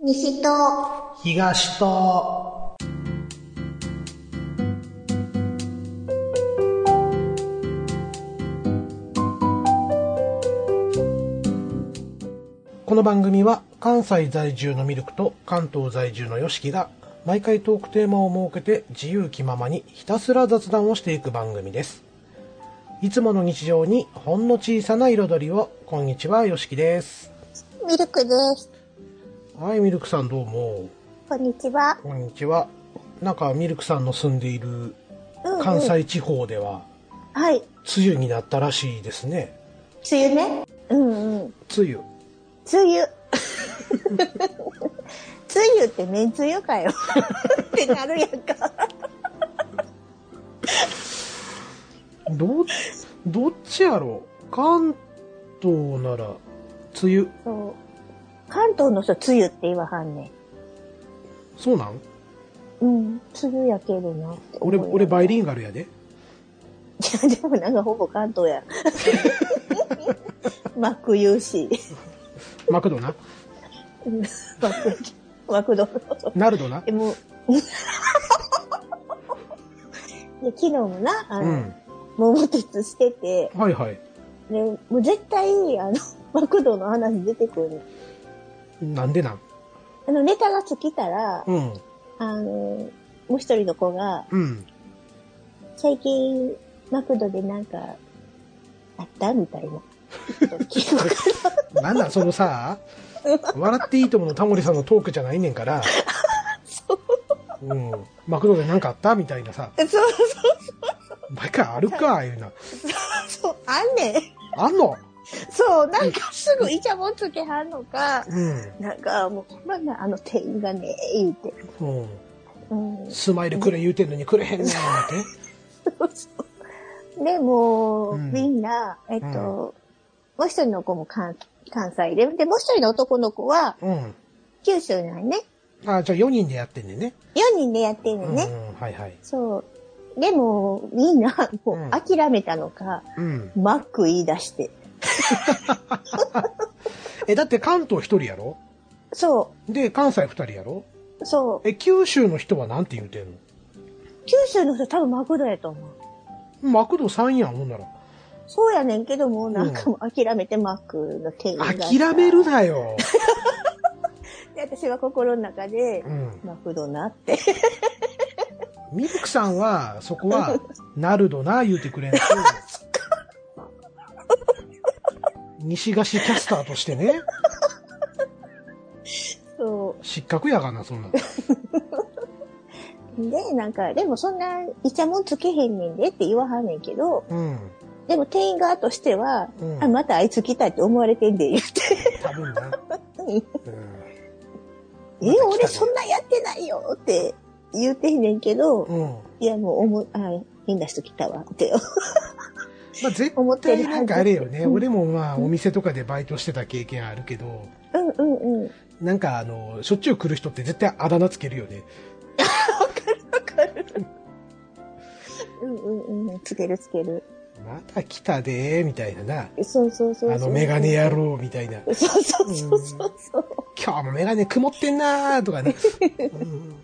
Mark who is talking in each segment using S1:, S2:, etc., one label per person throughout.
S1: 西と、
S2: 東と、この番組は関西在住のミルクと関東在住のヨシキが毎回トークテーマを設けて自由気ままにひたすら雑談をしていく番組です。いつもの日常にほんの小さな彩りを、こんにちは、ヨシキです。
S1: ミルクです。
S2: はい、ミルクさんどうも。
S1: こんにちは。
S2: こんにちは。なんかミルクさんの住んでいる
S1: うんうん
S2: 関西地方では
S1: はい。
S2: 梅雨になったらしいですね。
S1: 梅雨ね。うんうん。
S2: 梅雨。
S1: 梅雨。 梅雨ってめんつゆかよ。 ってなるやんか。
S2: ど、どっちやろう関東なら梅雨。
S1: そう。関東の人、梅雨って言わはんねん。
S2: そうなん
S1: うん。梅雨やけどなって思
S2: 俺、
S1: うよ
S2: 俺バイリンガルやで。
S1: いや、でもなんかほぼ関東や。 マック言うし。
S2: マクド ナ。
S1: うんマック、マクドの。
S2: ナルドナ。
S1: でも、 で昨日もな、あ
S2: う
S1: の、
S2: ん。
S1: 桃鉄してて、
S2: はいはい。
S1: でもう絶対、あの、 マクドの話出てくる。
S2: なんでなん
S1: あの、ネタが尽きたら、
S2: うん。
S1: あの、もう一人の子が、
S2: うん。
S1: 最近、マクドでなんか、あったみたい な。聞くか
S2: なんだ、そのさ、笑っていいとものタモリさんのトークじゃないねん から。うん。マクドでなんかあったみたいなさ。
S1: らそう
S2: 毎回あるか、いうな。
S1: そう、あんねん。
S2: あんの
S1: そう、なんかすぐイチャモンつけはんのか、
S2: うん。
S1: なんかもう、ほんまな、あの店員がね、言うて。
S2: うん。
S1: うん。
S2: スマイルくれ言うてんのにくれへんねんって。
S1: で、もう、
S2: うん
S1: みんな、えっと、もう一人の子も関関西で、で、もう一人の男の子は
S2: うん。
S1: 九州なんね。
S2: あ、じゃあ4人でやってんねんね。
S1: 4人でやってん
S2: う
S1: の
S2: ん。
S1: ね。
S2: はいはい。
S1: そう。でも、みんな、も
S2: うん
S1: う諦めたのか、
S2: うん。
S1: マック言い出して。
S2: え、だって関東1人やろ
S1: そ
S2: で、関西2人やろ
S1: う、そう。
S2: え、九州の人はなんて言うてんの
S1: 九州の人多分マクドやと思う。
S2: マクド3やん、ほんなら。
S1: そうやねんけども、なんかもう諦めてマックの店員が。
S2: 諦めるな よ。
S1: で、私は心の中で
S2: う、ん。
S1: マクドナって。
S2: ミルクさんは、そこ は、なるどな、言うてくれん と。西菓子キャスターとしてね、
S1: そ
S2: 失格やがな、そんなん。
S1: う。で、なんか、でもそんな、イチャモンつけへんねんでって言わはんねんけど、
S2: うん。
S1: でも店員側としては、
S2: うん
S1: あ、またあいつ来たって思われてんで、言って。
S2: 多分な。
S1: うん
S2: う
S1: え、俺そんなやってないよって言うてんねんけど、
S2: ん。うん。
S1: いや、もう思う、あ、変な人来たわって。
S2: まあ、絶
S1: 思って
S2: 対
S1: る
S2: なんかあれよね、
S1: うん
S2: 俺もまあお店とかでバイトしてた経験あるけど、
S1: うんうんうん。わ
S2: なんかあの、しょっちゅう来る人って絶対あだ名つけるよね。
S1: かる。うんうんうん。つけるつける。
S2: また来たでー、みたいなな。あ
S1: そうそうそうそう。
S2: のメガネ野。郎、みたいな。
S1: そうそうそうそうそう。
S2: 今日もメガネ曇ってんなーとかね、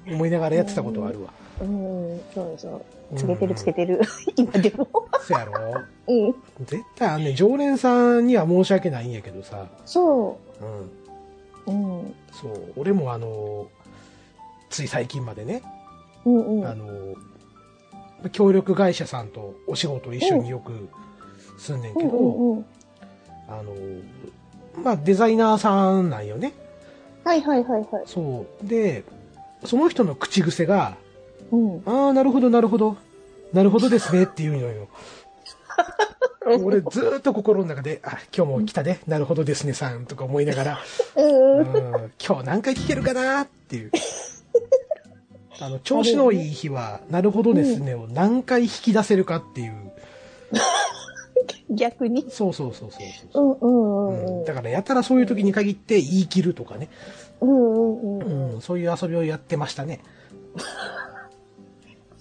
S2: うん思いながらやってたことはあるわ。
S1: うん、そうそう。
S2: ん
S1: つけてるつけてる。 今でも。
S2: そやろ
S1: うん。
S2: 絶対あんね常連さんには申し訳ないんやけどさ。
S1: そ
S2: う
S1: う。う
S2: ん。
S1: ん。うん
S2: そう。俺もあの、つい最近までね、
S1: うん。
S2: あの、協力会社さんとお仕事一緒によくすんねん
S1: う
S2: け
S1: ん
S2: ど、
S1: うんうん。
S2: あの、まあ、デザイナーさんなんよね。
S1: はいはいはいはい。
S2: そう。で、その人の口癖が、
S1: うん。
S2: ああ、なるほど、なるほど。なるほどですねって言うの よ。俺ずーっと心の中で、あ、今日も来たね、なるほどですねさんとか思いながら、
S1: うんうん。
S2: うん今日何回聞けるかなっ ていう。あの、調子のいい日は、なるほどですねを何回引き出せるかっていう。
S1: 逆に。
S2: そうそうそうそう
S1: う
S2: そ
S1: んうん
S2: う。
S1: うん
S2: う、
S1: うんん。
S2: だからやたらそういう時に限って言い切るとかね、
S1: うんうんうん。
S2: うん、そういう遊びをやってましたね。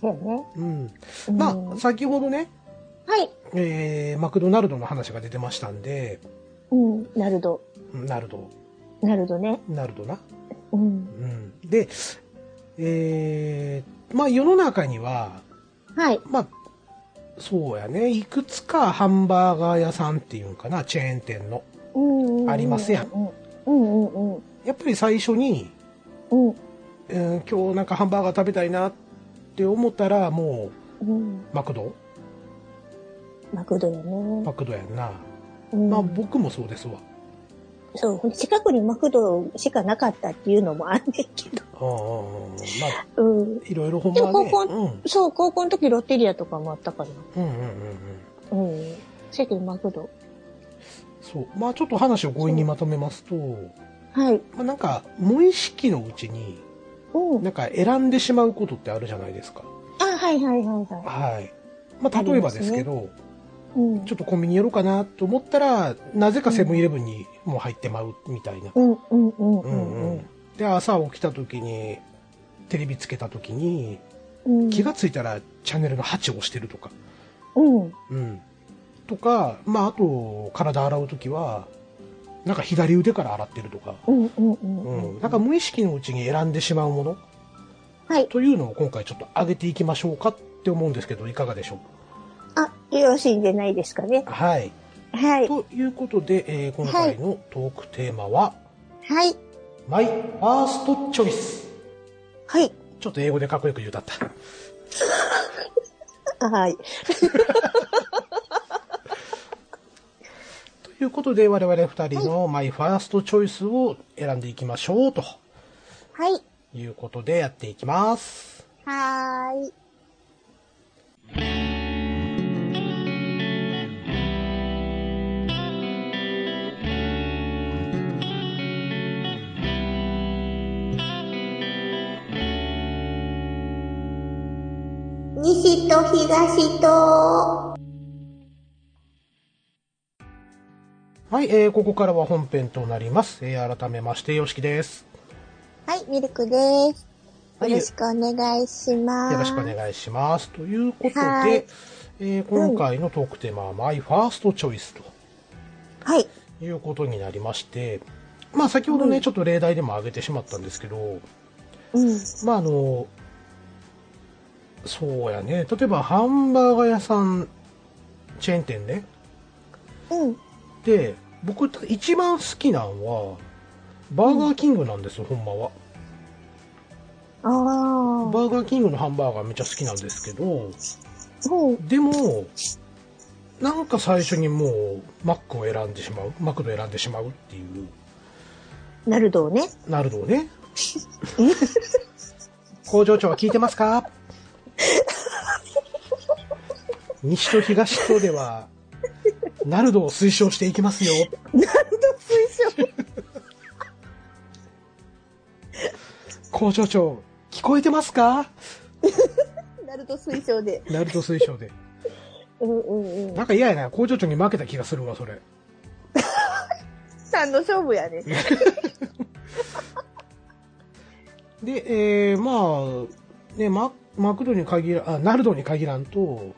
S1: そうやね。
S2: うん、
S1: うん
S2: まあ先ほどね、
S1: はい。
S2: えーマクドナルドの話が出てましたんで、
S1: うん。なるど。
S2: ナルド、
S1: なるどね。
S2: ナルドな。
S1: うん。
S2: うん、で、えーまあ世の中には、
S1: はい。
S2: まあ、そうやね、いくつかハンバーガー屋さんっていうんかな、チェーン店の。
S1: うんうんうん
S2: ありますやん。
S1: うんうんうん。
S2: やっぱり最初に、
S1: うん
S2: うん今日なんかハンバーガー食べたいなって思ったら、も
S1: うん。
S2: う、マクド
S1: マクドやね。
S2: マクドやんな。
S1: うん
S2: まあ僕もそうですわ。
S1: そう、近くにマクドしかなかったっていうのもあんねんけど。
S2: うんうんうんまあ、
S1: うん。
S2: いろいろほん
S1: で
S2: ま
S1: も
S2: ね。
S1: こ
S2: うんうん
S1: そう、高校の時ロッテリアとかもあったか
S2: うんうんうん。
S1: な。うん。せやけどマクド。
S2: そう。まあちょっと話を強引にまとめますと、
S1: はい。
S2: まあなんか、無意識のうちに、
S1: うん。
S2: なんか選んでしまうことってあるじゃないですか。
S1: あ、はいはいはいは
S2: はい。まあ
S1: あ
S2: 例え
S1: り
S2: ば
S1: ますね
S2: ですけど、
S1: い。うん
S2: ち。ょっとコンビニ寄ろうかなと思ったら、なぜかセブンイレブンにもう入ってまうみたいな。
S1: うんうんうんう
S2: うん
S1: ん
S2: う
S1: うん
S2: ん。で、朝起きた時に、テレビつけた時に、
S1: うん。
S2: 気がついたらチャンネルの8を押してるとか。
S1: うん。
S2: うん。とか、まああと、体洗う時は、なんか左腕から洗ってるとか。
S1: うんうんう
S2: うん
S1: うん
S2: ん。なんか無意識のうちに選んでしまうもの
S1: はい。
S2: というのを今回ちょっと上げていきましょうかって思うんですけど、いかがでしょう
S1: あ、よろしいんじゃないですかね。
S2: かはい。
S1: はい。
S2: ということで、えー今回のトークテーマは、
S1: はい。
S2: マイファーストチョイス。
S1: はい。
S2: ちょっと英語でかっこよく言うたった。
S1: はい。
S2: ということで、我々二人のマイファーストチョイスを選んでいきましょうと
S1: はい。
S2: いうことでやっていきます。
S1: はーい。西と東と。
S2: はい、えーここからは本編となります。えー改めまして、よしきです。
S1: はい、ミルクです。
S2: は
S1: よ
S2: い
S1: ろしくお願いします。
S2: よろしくお願いします。ということ
S1: は
S2: で
S1: い、
S2: えー今回のトークテーマはマイファーストチョイスと
S1: はい。
S2: いうことになりまして、まあ先ほどね、ちょっと例題でも挙げてしまったんですけど、
S1: うん。
S2: まああの、そうやね、例えばハンバーガー屋さん、チェーン店ね。
S1: うん。
S2: で、僕一番好きなんは、バーガーキングなんですよ、ほんまは。
S1: ああ。
S2: バーガーキングのハンバーガーめっちゃ好きなんですけど、
S1: うん。
S2: でも、なんか最初にもう、マックを選んでしまう、マクド選んでしまうっていう、
S1: なるどうね。
S2: なるのね。工場長は聞いてますか西と東とでは、ナルドを推奨していきますよ。
S1: 推奨。
S2: 工場長、聞こえてますか
S1: なると推奨で。
S2: ナルド推奨で。
S1: うんうんうん。
S2: なんか嫌やな、工場長に負けた気がするわ、それ。
S1: 三の勝負やね。
S2: で、えー、まあ、ね、ママクドに限ら、あ、ナルドに限らんと、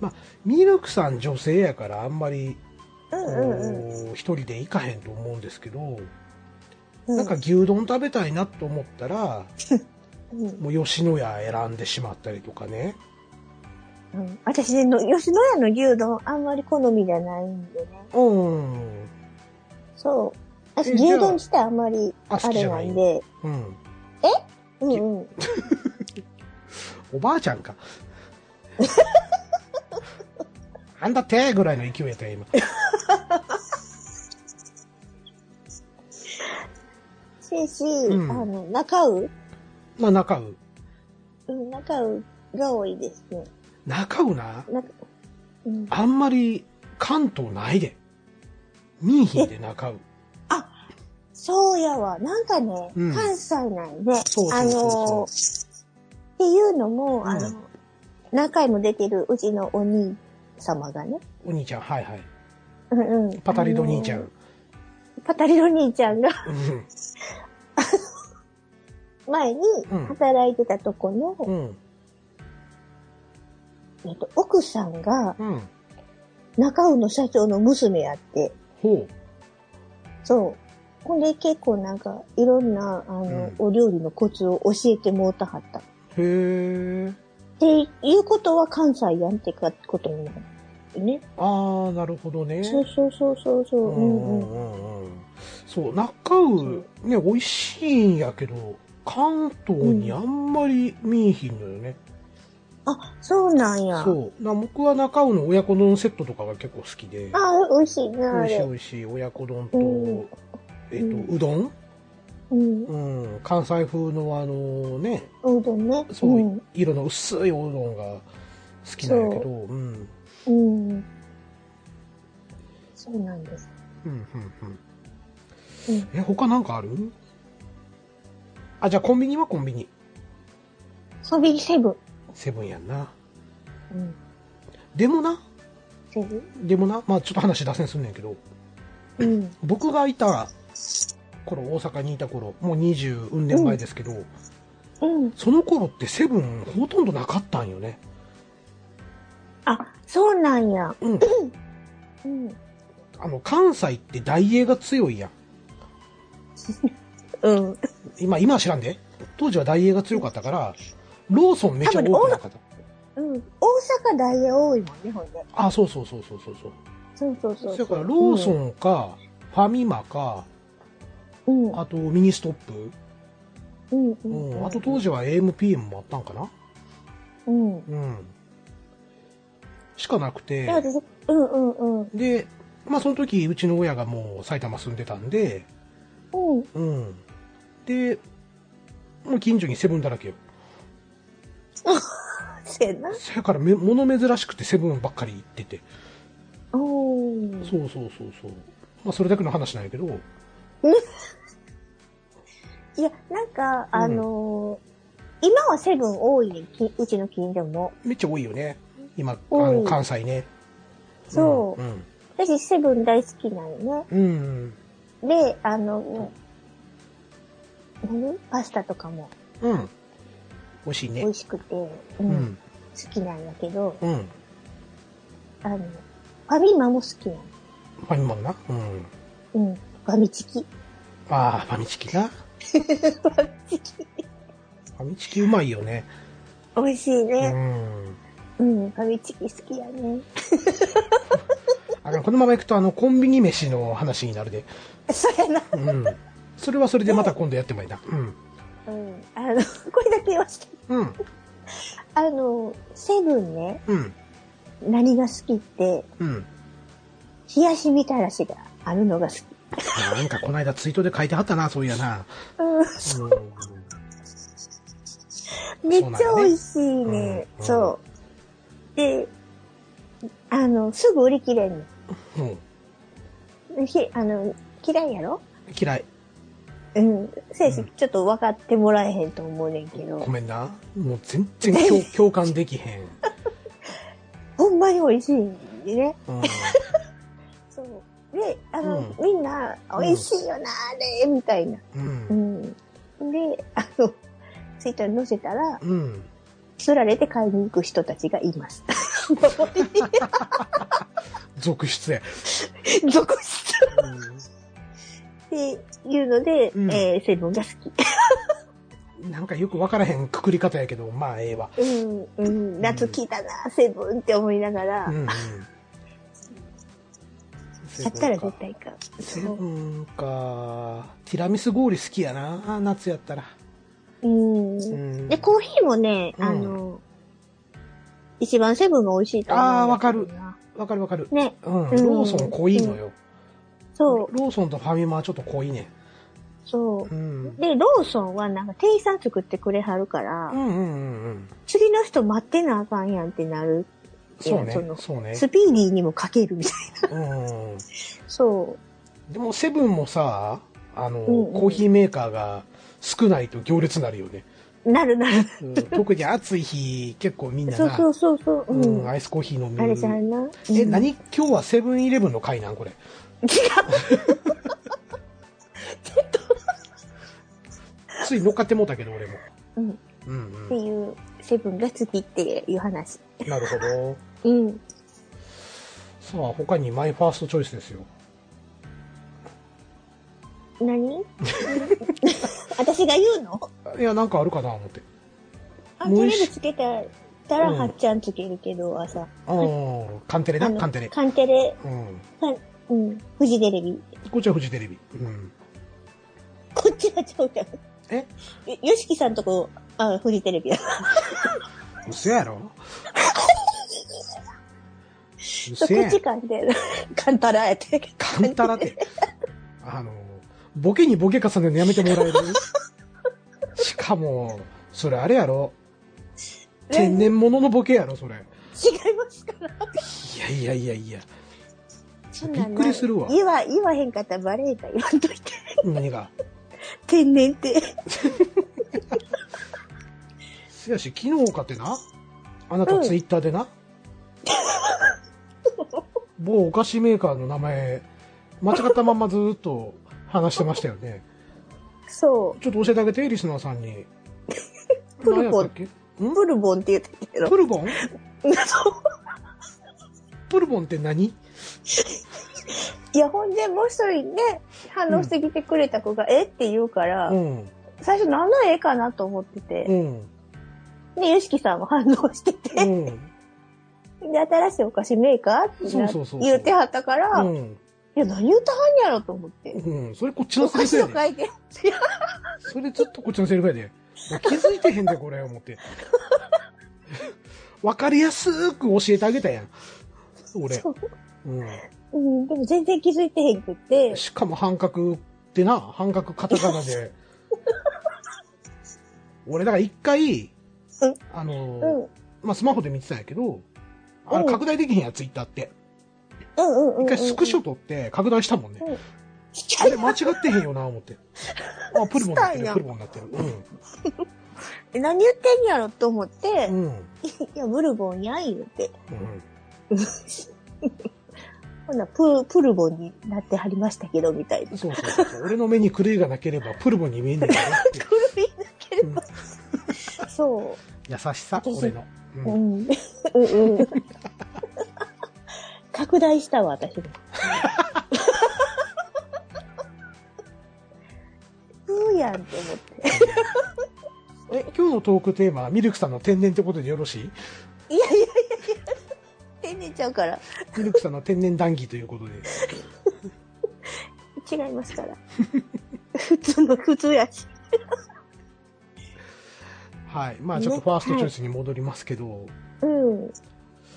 S2: まあ、ミルクさん女性やからあんまり、
S1: うんうん
S2: こう一人で行かへんと思うんですけど、
S1: うん。
S2: なんか、牛丼食べたいなと思ったら、
S1: うん
S2: もう吉野家選んでしまったりとかね。
S1: うん、私ねの、吉野家の牛丼あんまり好みじゃないんでね。
S2: うん。
S1: そう。私、
S2: えじゃあ
S1: 牛丼自体あんまり
S2: あ
S1: あ
S2: 好きじ
S1: れ
S2: ゃ
S1: な
S2: ない
S1: んで。
S2: うん。
S1: うんうん。
S2: おばあちゃんか。あんだってぐらいの勢いやったよ、今。
S1: せいし、
S2: うん
S1: あの、中う
S2: まあ、中う。
S1: うん、中うが多いですね。
S2: 中うな。
S1: なんか、うん。
S2: あんまり関東ないで。ミーヒーで中う。
S1: そうやわ。なんかね、
S2: うん
S1: 関西なんで、
S2: そうそ
S1: あ
S2: うそう
S1: の
S2: そう。
S1: っていうのも、
S2: ん
S1: あの、何回も出てるうちのお兄様がね、
S2: お兄ちゃん、はいはい。
S1: うんうん、
S2: パタリド兄ちゃ
S1: あの
S2: ん。
S1: パタリド兄ちゃんが
S2: うん
S1: 前に
S2: うん
S1: 働いてたとこの、
S2: うん。
S1: えっと、奥さんが
S2: うん。
S1: 中尾の社長の娘やって、
S2: ほ
S1: そほんで結構なんか、いろんな、あの、
S2: うん
S1: お料理のコツを教えてもうたはった。っ
S2: へえ。
S1: ていうことは関西やんってかことになる。ね。
S2: ああ、なるほどね。
S1: そうそうそうそうそうう。うん
S2: ん
S1: うん。
S2: うんうん。そう、中う、ね、美味しいんやけど、関東にあんまり見えひんのよね。
S1: あ、そうなんや。
S2: そう。な僕は中うの親子丼セットとかが結構好きで、
S1: あ、美味しいな、あ
S2: 美味しい美
S1: れ。
S2: 味しい親子丼と、
S1: うん
S2: えっ、と、
S1: う
S2: うどん
S1: うん。
S2: うん、関西風のあのね、
S1: うどんね。
S2: そう、
S1: ん。
S2: 色の薄いおうどんが好きなんやけど、うん。うん、
S1: うん。そうなんです。
S2: うん、う
S1: うん
S2: ん。え、他なんかあるあ、じゃあコンビニはコンビニ。
S1: コンビニセブン。
S2: セブンやんな。
S1: うん。
S2: でもな、
S1: セブン。
S2: でもな、まあちょっと話脱線すんねんけど、
S1: うん。
S2: 僕がいた頃、大阪にいた頃、もう20うん年前ですけど、
S1: うん。
S2: その頃ってセブンほとんどなかったんよね。
S1: あ、そうなんや。
S2: うん。
S1: うん。
S2: あの、関西って大英が強いやん。
S1: うん。
S2: 今、今は知らんで。当時は大英が強かったから、ローソンめっちゃ多くなかった。
S1: うん。大阪ダイエ多いもんね、ほんで。
S2: あ、そうそうそうそうそうそう。
S1: そうそうそう。
S2: だから、ローソンか、ファミマか、
S1: うん。うん。
S2: あとミニストッ
S1: う
S2: プ、
S1: ん。う
S2: うん
S1: ん。
S2: あと当時は AMPM もあったんかな
S1: うん。
S2: うん。しかなくて
S1: で、、私、うんうんうん。
S2: で、まあその時、うちの親がもう埼玉住んでたんで、
S1: うん。
S2: うん。で、もう近所にセブンだらけよ。
S1: せやな。
S2: そやからめ、物珍しくてセブンばっかり行ってて。
S1: おー。
S2: そうそうそうそう。まあそれだけの話なんやけど、
S1: いや、なんか、あのー、今はセブン多いね、きうちの近所も。
S2: めっちゃ多いよね。今、あ
S1: 多い
S2: の、関西ね。
S1: そう。
S2: うん。
S1: 私、セブン大好きなんよ
S2: うん。うん
S1: ね。で、あの、何パスタとかも
S2: うん。美味しい
S1: 美
S2: ね。
S1: 味しくて、う
S2: うんん。
S1: 好きなんやけど、
S2: うん。
S1: あの、ファミマも好きな
S2: ファミマンな。うん。
S1: の。うん。ファミチキ。フ
S2: ああ、ファミチキ な。フ
S1: ァミチキ。
S2: ァミチキうまいよね。
S1: 美味しいうね。
S2: ん。
S1: うん、ファミチキ好きやね。
S2: あのこのまま行くと、あの、コンビニ飯の話になるで。
S1: そうやな。
S2: うん。それはそれでまた今度やってもいいな。うん。
S1: うん。あの、 これだけ言わせて。
S2: うん。
S1: あの、セブンね、
S2: うん。
S1: 何が好きって、
S2: うん。
S1: 冷やしみたらしがあるのが好き。
S2: なんかこの間ツイートで書いてあったな、そういやな。
S1: う。
S2: うん
S1: めっちゃ美味しいね。
S2: そうなんやねうんうん
S1: そう。で、あの、すぐ売り切れん
S2: ん。うん
S1: の。ひ、あの、嫌いやろ
S2: 嫌い。
S1: うん。せやし
S2: うん
S1: ちょっと分かってもらえへんと思うねんけど
S2: ご。めんな。もう全然共 共感できへん。
S1: ほんまに美味しいんでね。
S2: うん。
S1: そう。で、あの、
S2: う
S1: みんな、美味しいよな、あれ、みたいな。
S2: う。
S1: うんん。で、あの、ツイッターに載せたら、
S2: うん。
S1: 釣られて買いに行く人たちがい ます。
S2: 続出や。
S1: 続出っていうので、
S2: うん
S1: えー、セブンが好
S2: うんなんかよくわからへんくくり方やけど、まあええわ。
S1: き。うん、うん、夏来たな、セブンって思いながら、
S2: うんうん。
S1: 買ったら絶対買う。
S2: セ
S1: そ
S2: ブンか。ティラミス氷好きやな、夏やったら。
S1: う。うん。
S2: うん
S1: で、コーヒーもね、
S2: うん
S1: あの、一番セブンが美味しいと思うんだけどな。
S2: あーわかるわかるわかる。
S1: ね、
S2: うん。
S1: うん
S2: ローソン濃いのよ。
S1: そう、
S2: ローソンとファミマはちょっと濃いね。
S1: そうう。
S2: ん。
S1: で、ローソンはなんか店員さん作ってくれはるから、
S2: うんうんうんうん。
S1: 次の人待ってなあかんやんってなる。
S2: そ
S1: い
S2: うね
S1: やその。
S2: そうね。
S1: スピーディーにもかけるみたい
S2: うんうん。
S1: な。そ
S2: でもセブンもさ、あの、
S1: うんうん
S2: コーヒーメーカーが少ないと行列になるよね。
S1: う。なるなる。
S2: うん特に暑い日、結構みんな
S1: そう
S2: な、
S1: そうそうそう。う
S2: うん
S1: ん。
S2: アイスコーヒー飲む。
S1: あれじゃんな。
S2: え、
S1: うん違
S2: 何今日はセブンイレブンの回なんこれ。
S1: う。
S2: つい乗っかってもうたけど、俺も。
S1: うん。っ
S2: うん
S1: ていう、セブンが好きっていう話。
S2: うん。なるほど。
S1: うん。
S2: さあ、他にマイファーストチョイスですよ。
S1: 何私が言うの
S2: いや、なんかあるかな、思って。
S1: あ、
S2: も
S1: テ
S2: う
S1: レ
S2: 一
S1: ビつけたたら、
S2: うん
S1: はっちゃんつけるけど、朝。
S2: ああ、カンテレ
S1: あ
S2: な、
S1: の
S2: カンテレ。
S1: カンテレ、
S2: うん。
S1: カンうん、フジテレビ。
S2: こっちはフジテレビ。うん。
S1: こっちはちゃうか
S2: え
S1: よ、よしきさんとこ、あ、フジテレビや。
S2: 嘘やろ
S1: そ
S2: 嘘
S1: こっ
S2: や
S1: ちかんで、 カンタラやって。
S2: カンタラって。あの、ボケにボケ重ねるのやめてもらえるしかも、それあれやろ天然物のボケやろそれ。
S1: 違いますから。
S2: いやいやいやいや。
S1: そんなん
S2: びっくりするわ
S1: 言わ、言わへんかったらバレへんから言わんといて。
S2: 何が。
S1: 天然って。
S2: せやし、昨日かってな、あなた
S1: うん
S2: ツイッターでな、某お菓子メーカーの名前、間違ったまんまずーっと話してましたよね。
S1: そ
S2: ちょっと教えてあげて、リスナーさんに。
S1: プルボン
S2: 何やったっけ
S1: う。ブルボンって言ってたけど。
S2: プルボン
S1: そう
S2: プルボンって何
S1: いや、ほんで、もう一人ね、反応してきてくれた子が、えって言うから、
S2: うん。
S1: 最初何の絵かなと思って
S2: う
S1: て、
S2: ん。
S1: で、ゆしきさんも反応してて、
S2: うん。
S1: で、新しいお菓子メーカーって
S2: そう
S1: な
S2: そうそう
S1: 言うてはったから、
S2: う
S1: い
S2: ん。
S1: や、何言うたはんやろと思って。
S2: うん。それこっちの
S1: お
S2: セ
S1: 菓
S2: リフ
S1: 子
S2: や
S1: の
S2: で。
S1: 回転。いや
S2: それずっとこっちのセリフやで。気づいてへんで、これ、思って。 わかりやすーく教えてあげたやん。俺。
S1: そう
S2: う
S1: うん、でも全然気づいてへんくって
S2: ん。、しかも半角ってな、半角カタカナで。俺、だから一回
S1: うん、
S2: あの
S1: う
S2: ー、
S1: ん、うん
S2: まあ、スマホで見てたんやけど、あれ
S1: うん
S2: 拡大できへんやん、ツイッターって。
S1: うんうん。
S2: 一回スクショ撮って拡大したもんね
S1: うん。
S2: あれ間違ってへんよな、思って。あ、プルボンになっ
S1: した
S2: て
S1: ん
S2: る、
S1: や
S2: プルボンになってる。う
S1: え何言ってんやろと思って、
S2: ん。うん。
S1: いや、ブルボンやん言うて。
S2: うん
S1: ほんなプ、プルボンになってはりましたけど、みた いな。
S2: そうそうそう。俺の目に狂いがなければ、プルボに見えんねんけどってい
S1: 狂いなけれ ば。そう
S2: 優しさ、
S1: 私
S2: 俺の。う
S1: う。うんん。うん うん。拡大したわ、 私も。うーやんって思って。
S2: え、今日のトークテーマは、ミルクさんの天然ってことでよろしい
S1: いやいやいやいや。天然ちゃうから。
S2: ミルクさんの天然談義ということで。
S1: 違います から。普通の、普通やし。
S2: はい。まあちょっと
S1: ね
S2: ファーストチョイスに戻りますけど、
S1: うん。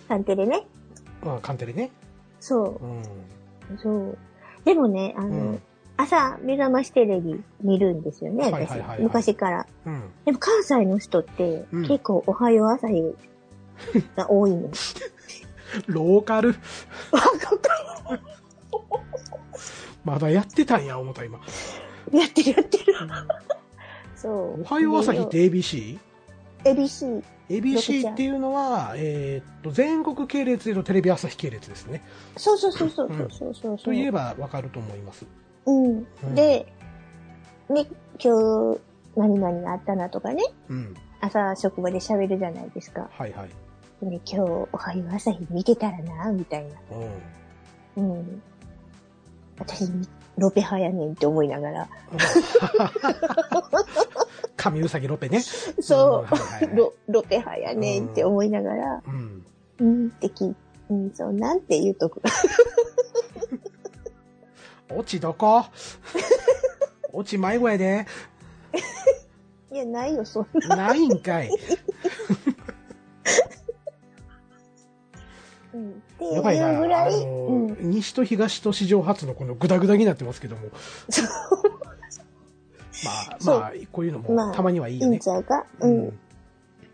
S1: 探偵でね。
S2: まあ鑑定でね。
S1: そう
S2: うん。
S1: う。そう。でもね、あの、
S2: うん。
S1: 朝、目覚ましテレビ見るんですよね、
S2: はい
S1: 私。
S2: はいはいはい
S1: 昔から。
S2: うん。
S1: でも関西の人って、
S2: うん
S1: 結構おはよう朝日が多い の。
S2: ローカル。まだやってたんや、思った今。
S1: やってるやってる。そう。
S2: おはよう朝日っ
S1: で。
S2: て ABC?ABC
S1: ABC。
S2: ABC っていうのは、えーっと、全国系列でのテレビ朝日系列ですね。
S1: そうそうそうそう。
S2: うん
S1: そうそうそう
S2: といえ
S1: ば。
S2: ばわかると思います。
S1: うん
S2: うん。
S1: で、ね、今日、何々があったなとかね、
S2: うん。
S1: 朝職場で喋るじゃないですか。
S2: はいはい。
S1: ね、今日、おはよう朝日見てたらな、みたいな。
S2: うん。
S1: うん。私、ロペ派やねんって思いながら。
S2: 神うさぎロペね。
S1: そ。
S2: んはいはいう
S1: ロ、ロペ派やねんって思いながら、
S2: うん。
S1: うんって聞いうん、そう、なんて言うとく。
S2: 落ちどこ 落ち迷子やで。
S1: いや、ないよ、そんな。
S2: ないん かい。
S1: うん。っていう
S2: や
S1: ぐ
S2: ばいな。
S1: ら
S2: あ
S1: い、う
S2: の
S1: ん。
S2: 西と東と史上初のこのグダグダになってますけども。 まあ、まあ、こういうの
S1: ま
S2: も
S1: あ
S2: たまにはいい
S1: いい
S2: よ
S1: ん
S2: ね。
S1: ちゃうか。うん。っ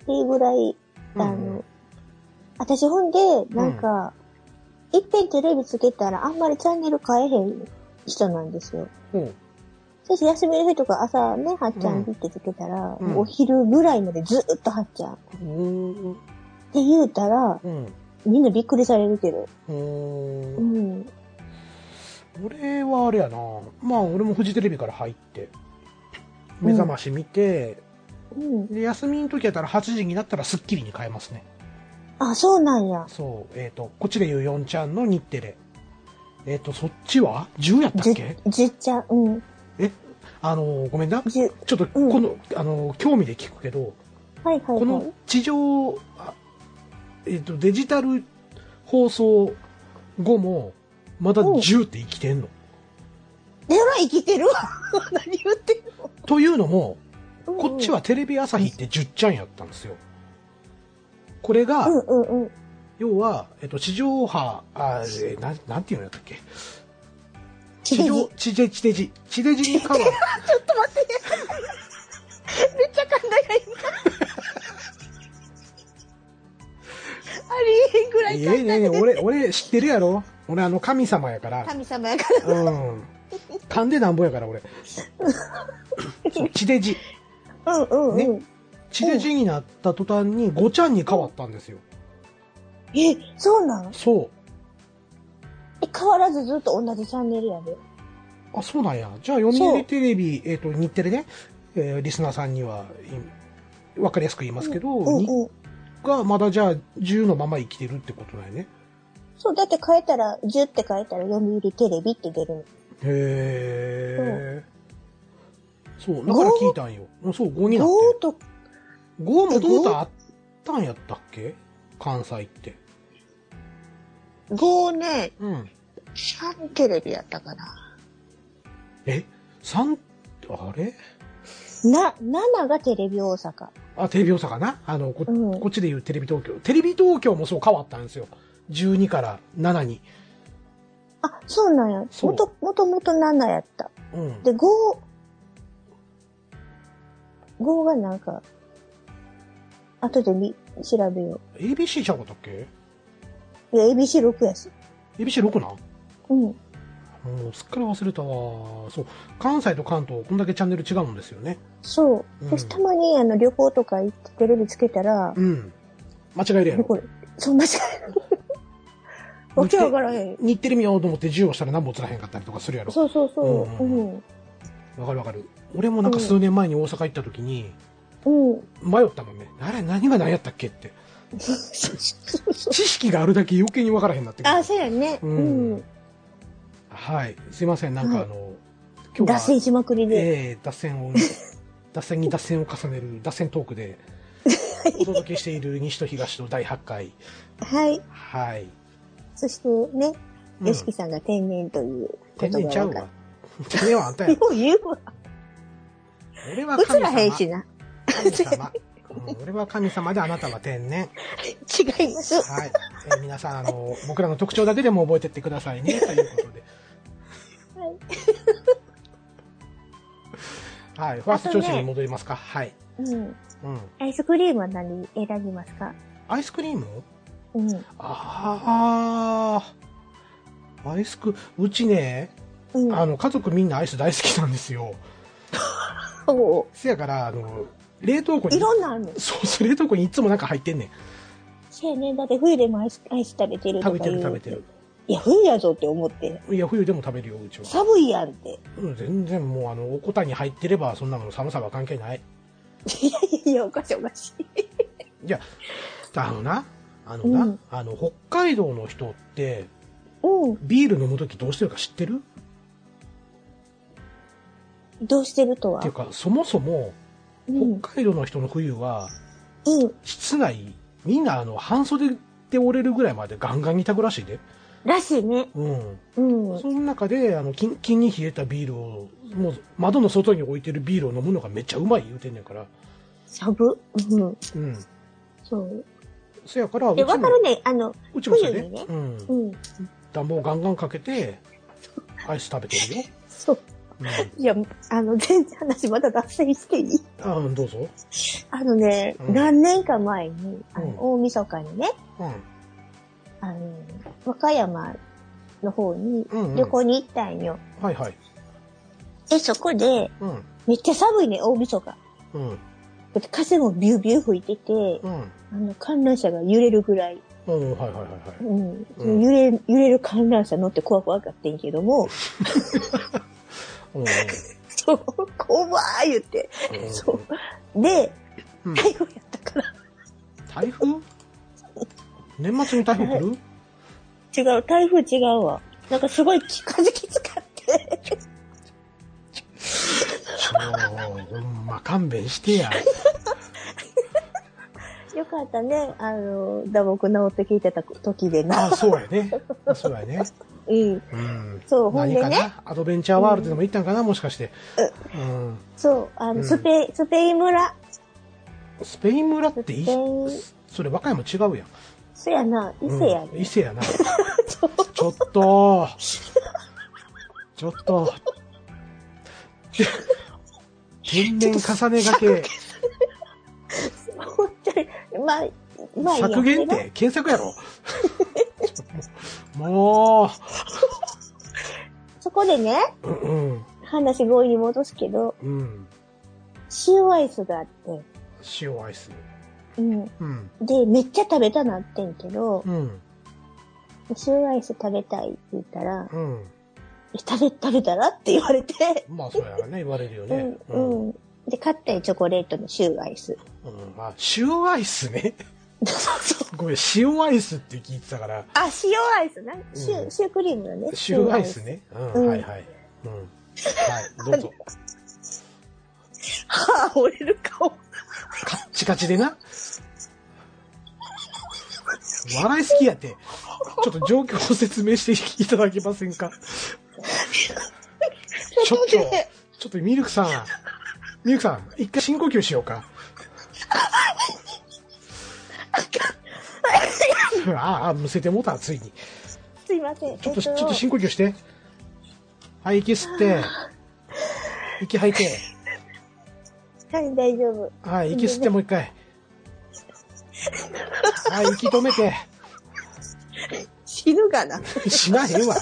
S1: ていうぐらい、あ
S2: うん
S1: の、私ほんで、なんか、いっぺんテレビつけたらあんまりチャンネル変えへん人なんですよ。
S2: ほう
S1: そして休みの日とか朝ね、はっちゃんってつけたら、
S2: うん
S1: お昼ぐらいまでずっとはっちゃん。
S2: うーん。
S1: って言うたら、
S2: うん。
S1: みんなびっくりされるけど。う
S2: うーん。
S1: ん。
S2: 俺はあれやな。まあ、俺もフジテレビから入って、目覚まし見て、
S1: うん。
S2: で、休みの時やったら8時になったらスッキリに変えますね。
S1: あ、そうなんや。
S2: そう、えっ、と、こっちで言う4ちゃんの日テレ。えっ、と、そっちは ?10 やったっ
S1: じ
S2: け、
S1: じっちゃん、うん。
S2: えあのごめんな
S1: じゅ
S2: ちょっと
S1: うん
S2: この、あの興味で聞くけど
S1: はいはい
S2: こ
S1: はい
S2: の。地上、あえっとデジタル放送後もまだ
S1: うん
S2: 10って生きてんの、
S1: えらい生きてるわ。 何言ってる
S2: というのも
S1: の
S2: こっちは。テレビ朝日って10ちゃんやったんですよこれが、
S1: うんうんうん。
S2: 要は、えっと、地上波あえーなんなんていうのやったっけ
S1: 地
S2: 地
S1: デジ
S2: 上地デジ地デジ地デジに変わる
S1: ちょっと待って。めっちゃ噛んだが今。 ありえへんぐらい
S2: い
S1: 噛
S2: や
S1: ん
S2: い
S1: だ
S2: やい
S1: で
S2: や俺俺知ってるやろ俺あの神様やから
S1: 神様やから。
S2: うん。噛んでなんぼやから、俺。そう、地デジ。
S1: うんうんうん。
S2: 地デジになった途端に、ごちゃんに変わったんですよ。
S1: え、そうなん
S2: そ
S1: え、変わらずずっと同じチャンネルやで。
S2: う。あ、そうなんや。じゃあ、読
S1: そ
S2: 売
S1: う
S2: テレビ、えっ、と、日テレね、えーリスナーさんには、いわかりやすく言いますけど、
S1: うん
S2: 日
S1: うん。
S2: がまだじゃあ、10のまま生きてるってことだよね。
S1: そう、だって変えたら、10って変えたら読売テレビって出る
S2: へー。そう、だから聞いたんよ。うんそう、5にな
S1: の。
S2: っ
S1: 5と、
S2: てる。5もともとあったんやったっけ関西って。
S1: 5ね、
S2: うん。
S1: 3テレビやったかな。
S2: え三あれ
S1: な、7がテレビ大阪。
S2: あ、テレビ大阪な。あの、こ,、
S1: うん
S2: こっちで言うテレビ東京。テレビ東京もそう変わったんですよ。12から7に。
S1: あ、そうなんや。も
S2: そう
S1: と、もともと7やった。
S2: うん。
S1: で、5、5がなんか、後でみ、調べよ
S2: ABC ちゃうかったっけ
S1: う。いや、ABC6 やし。
S2: ?ABC6 なん
S1: うん。
S2: もうすっかり忘れたわ。そう。関西と関東、こんだけチャンネル違うんですよね。
S1: そうう。
S2: ん
S1: 私、たまに、あの、旅行とか行ってテレビつけたら、
S2: うん。間違えるや
S1: で
S2: ろ。
S1: これ、そん な違い。わけわからへん。
S2: 日テレ見ようと思って10をしたら何も映らへんかったりとかするやろ。
S1: そうそうそう。
S2: う
S1: うんん。
S2: わかるわかる。俺もなんか数年前に大阪行った時に、
S1: うん。
S2: 迷ったもんね。あれ、何が何やったっけって。知識があるだけ余計にわからへんなってくる
S1: あ、そうやね。
S2: う
S1: うんん。
S2: はい、すいません、なんか
S1: は
S2: あ
S1: い
S2: の、今日は
S1: 脱線しまくりで。
S2: ええ脱線を、 脱線に脱線を重ねる脱線トークで、お届けしている西と東の第8回。
S1: はい。
S2: はい。
S1: そしてね、
S2: うん
S1: よしきさんが天然というこ
S2: 天
S1: と
S2: 然
S1: が
S2: ちゃう
S1: 分か
S2: わ
S1: っ。
S2: 天然はあんた
S1: た。
S2: や
S1: よ。
S2: ろ
S1: う言うわ。
S2: 俺は
S1: 映
S2: 神
S1: らへん
S2: 様。
S1: しな。
S2: 神様。うん俺は神様であなたは天然。
S1: 違います。
S2: はい。えー皆さん、あの、僕らの特徴だけでも覚えてってください ね、ということで。
S1: はい
S2: はい。ファーストチョイスに戻りますか。はい。
S1: うん。
S2: うん。
S1: アイスクリームは何選びますか
S2: アイスクリーム
S1: うん。
S2: ああ、アイスク、うちね、
S1: うん。
S2: あの、家族みんなアイス大好きなんですよ。
S1: おう
S2: せやから、あの、冷凍庫に
S1: い、ろんなあるの。
S2: そうそう、冷凍庫にいつもなんか入ってんねん。
S1: 青年だって冬でもアイス、アイス食べてると
S2: 食
S1: か
S2: べて
S1: 言
S2: る
S1: う
S2: 食べてる。。
S1: いや、冬やぞって思って。
S2: いや、冬でも食べるよ、うちは。
S1: 寒いやんって。
S2: うん全然もう、あの、おこたに入ってれば、そんなもの寒さは関係ない。
S1: いやいやいや、おかしいおかしい。
S2: いや、あのな、あのな、
S1: うん
S2: あの、北海道の人って、
S1: う
S2: ビール飲むときどうしてるか知ってる
S1: ん。どうしてるとは
S2: っていう。か、そもそも、
S1: うん。
S2: 北海道の人の冬は、
S1: うん。
S2: 室内、みんなあの、半袖で折れるぐらいまでガンガンに炊くらしいで。
S1: らしいね。
S2: うん。
S1: うん。
S2: その中で、あの、キンキンに冷えたビールを、もう、窓の外に置いてるビールを飲むのがめっちゃうまい言うてんねんから。
S1: 寒。うん。
S2: うん。
S1: そう。
S2: そやから、うち
S1: え、わかる
S2: も、
S1: ね。あの、
S2: うちもそうや
S1: 冬に
S2: ね
S1: ね。
S2: うん
S1: う。ん。
S2: 暖房ガンガンかけて、アイス食べてるよ。
S1: そう。
S2: うん
S1: いや、あの、全然話まだ脱線していい。
S2: あうん、どうぞ。
S1: あのね、
S2: うん
S1: 何年か前に、あ
S2: うん
S1: の、大晦日にね、
S2: うん。
S1: あの、和歌山の方に
S2: うんうん
S1: 旅行に行ったんよ。
S2: はいはい。
S1: で、そこで、
S2: うん。
S1: めっちゃ寒いね、大晦日。だ
S2: うん。
S1: って風もビュービュー吹いてて、
S2: うん。
S1: あの、観覧車が揺れるぐらい。
S2: うん、はいはいはいはい。
S1: うん。そ
S2: うん
S1: の揺れ、揺れる観覧車乗って怖くわかってんけども、
S2: うんうん
S1: そう、怖い言って。
S2: う ん
S1: そで、
S2: うん
S1: 台風やったから。
S2: 台風年末に台風来る
S1: 違う、台風違うわ。なんかすごい近づきつかって。
S2: ほんま勘弁してや。
S1: よかったね。あの、打撲治って聞いてた時でな。
S2: あ、そうやね。そうやね。
S1: うん。
S2: うん。
S1: そう、ほん
S2: 何
S1: で
S2: か
S1: ね。
S2: なアドベンチャーワールドでも行ったんかなもしかして。うん。
S1: そう、あの、
S2: うん
S1: スペ、スペイン村。
S2: スペイン村ってい
S1: スペイン
S2: それ和歌山違うやん。
S1: そやな、伊
S2: うん
S1: 勢やね。
S2: 伊勢やな。 ちょっと。ちょっと。天然重ねがけ。
S1: 本当に、まあ、まあいいや
S2: 削減って検索や ろも
S1: そこでね、
S2: う、うん、
S1: 話強引に戻すけど、
S2: うん、うん。
S1: 塩アイスがあって、
S2: 塩アイス。
S1: うん。
S2: うん、
S1: で、めっちゃ食べたなってんけど、
S2: うん、
S1: 塩アイス食べたいって言ったら、
S2: うん。
S1: え食べ、食べたらって言われて、
S2: まあ、そうやね、言われるよ
S1: う
S2: ね
S1: ん。、
S2: うん、う
S1: う
S2: ん。
S1: ん。で、買ったよチョコレートの塩アイス。
S2: まあ、塩アイスね。
S1: そう。
S2: ごめん、塩アイスって聞いてたから、
S1: あ、塩アイスな。シュ、
S2: うん
S1: シュークリームのね。
S2: 塩アイスね。う、
S1: うんん
S2: はいはい。うん。はい、どう
S1: 塩ア
S2: ぞ。
S1: イス。歯折れる顔。
S2: カッチカチでな。笑い好きやって。ちょっと状況を説明していただけませんかちょっと、ちょっとミルクさん、ミルクさん、一回深呼吸しようか。あああ、むせてもうた、ついに。
S1: すいません。
S2: ちょっと、ち
S1: え
S2: ょっ
S1: と
S2: と深呼吸して。はい、息吸って。息吐いて。
S1: はい、大丈夫。
S2: はい、息吸ってもう一回。はい、息止めて。
S1: 死ぬがな。
S2: しなへんわ。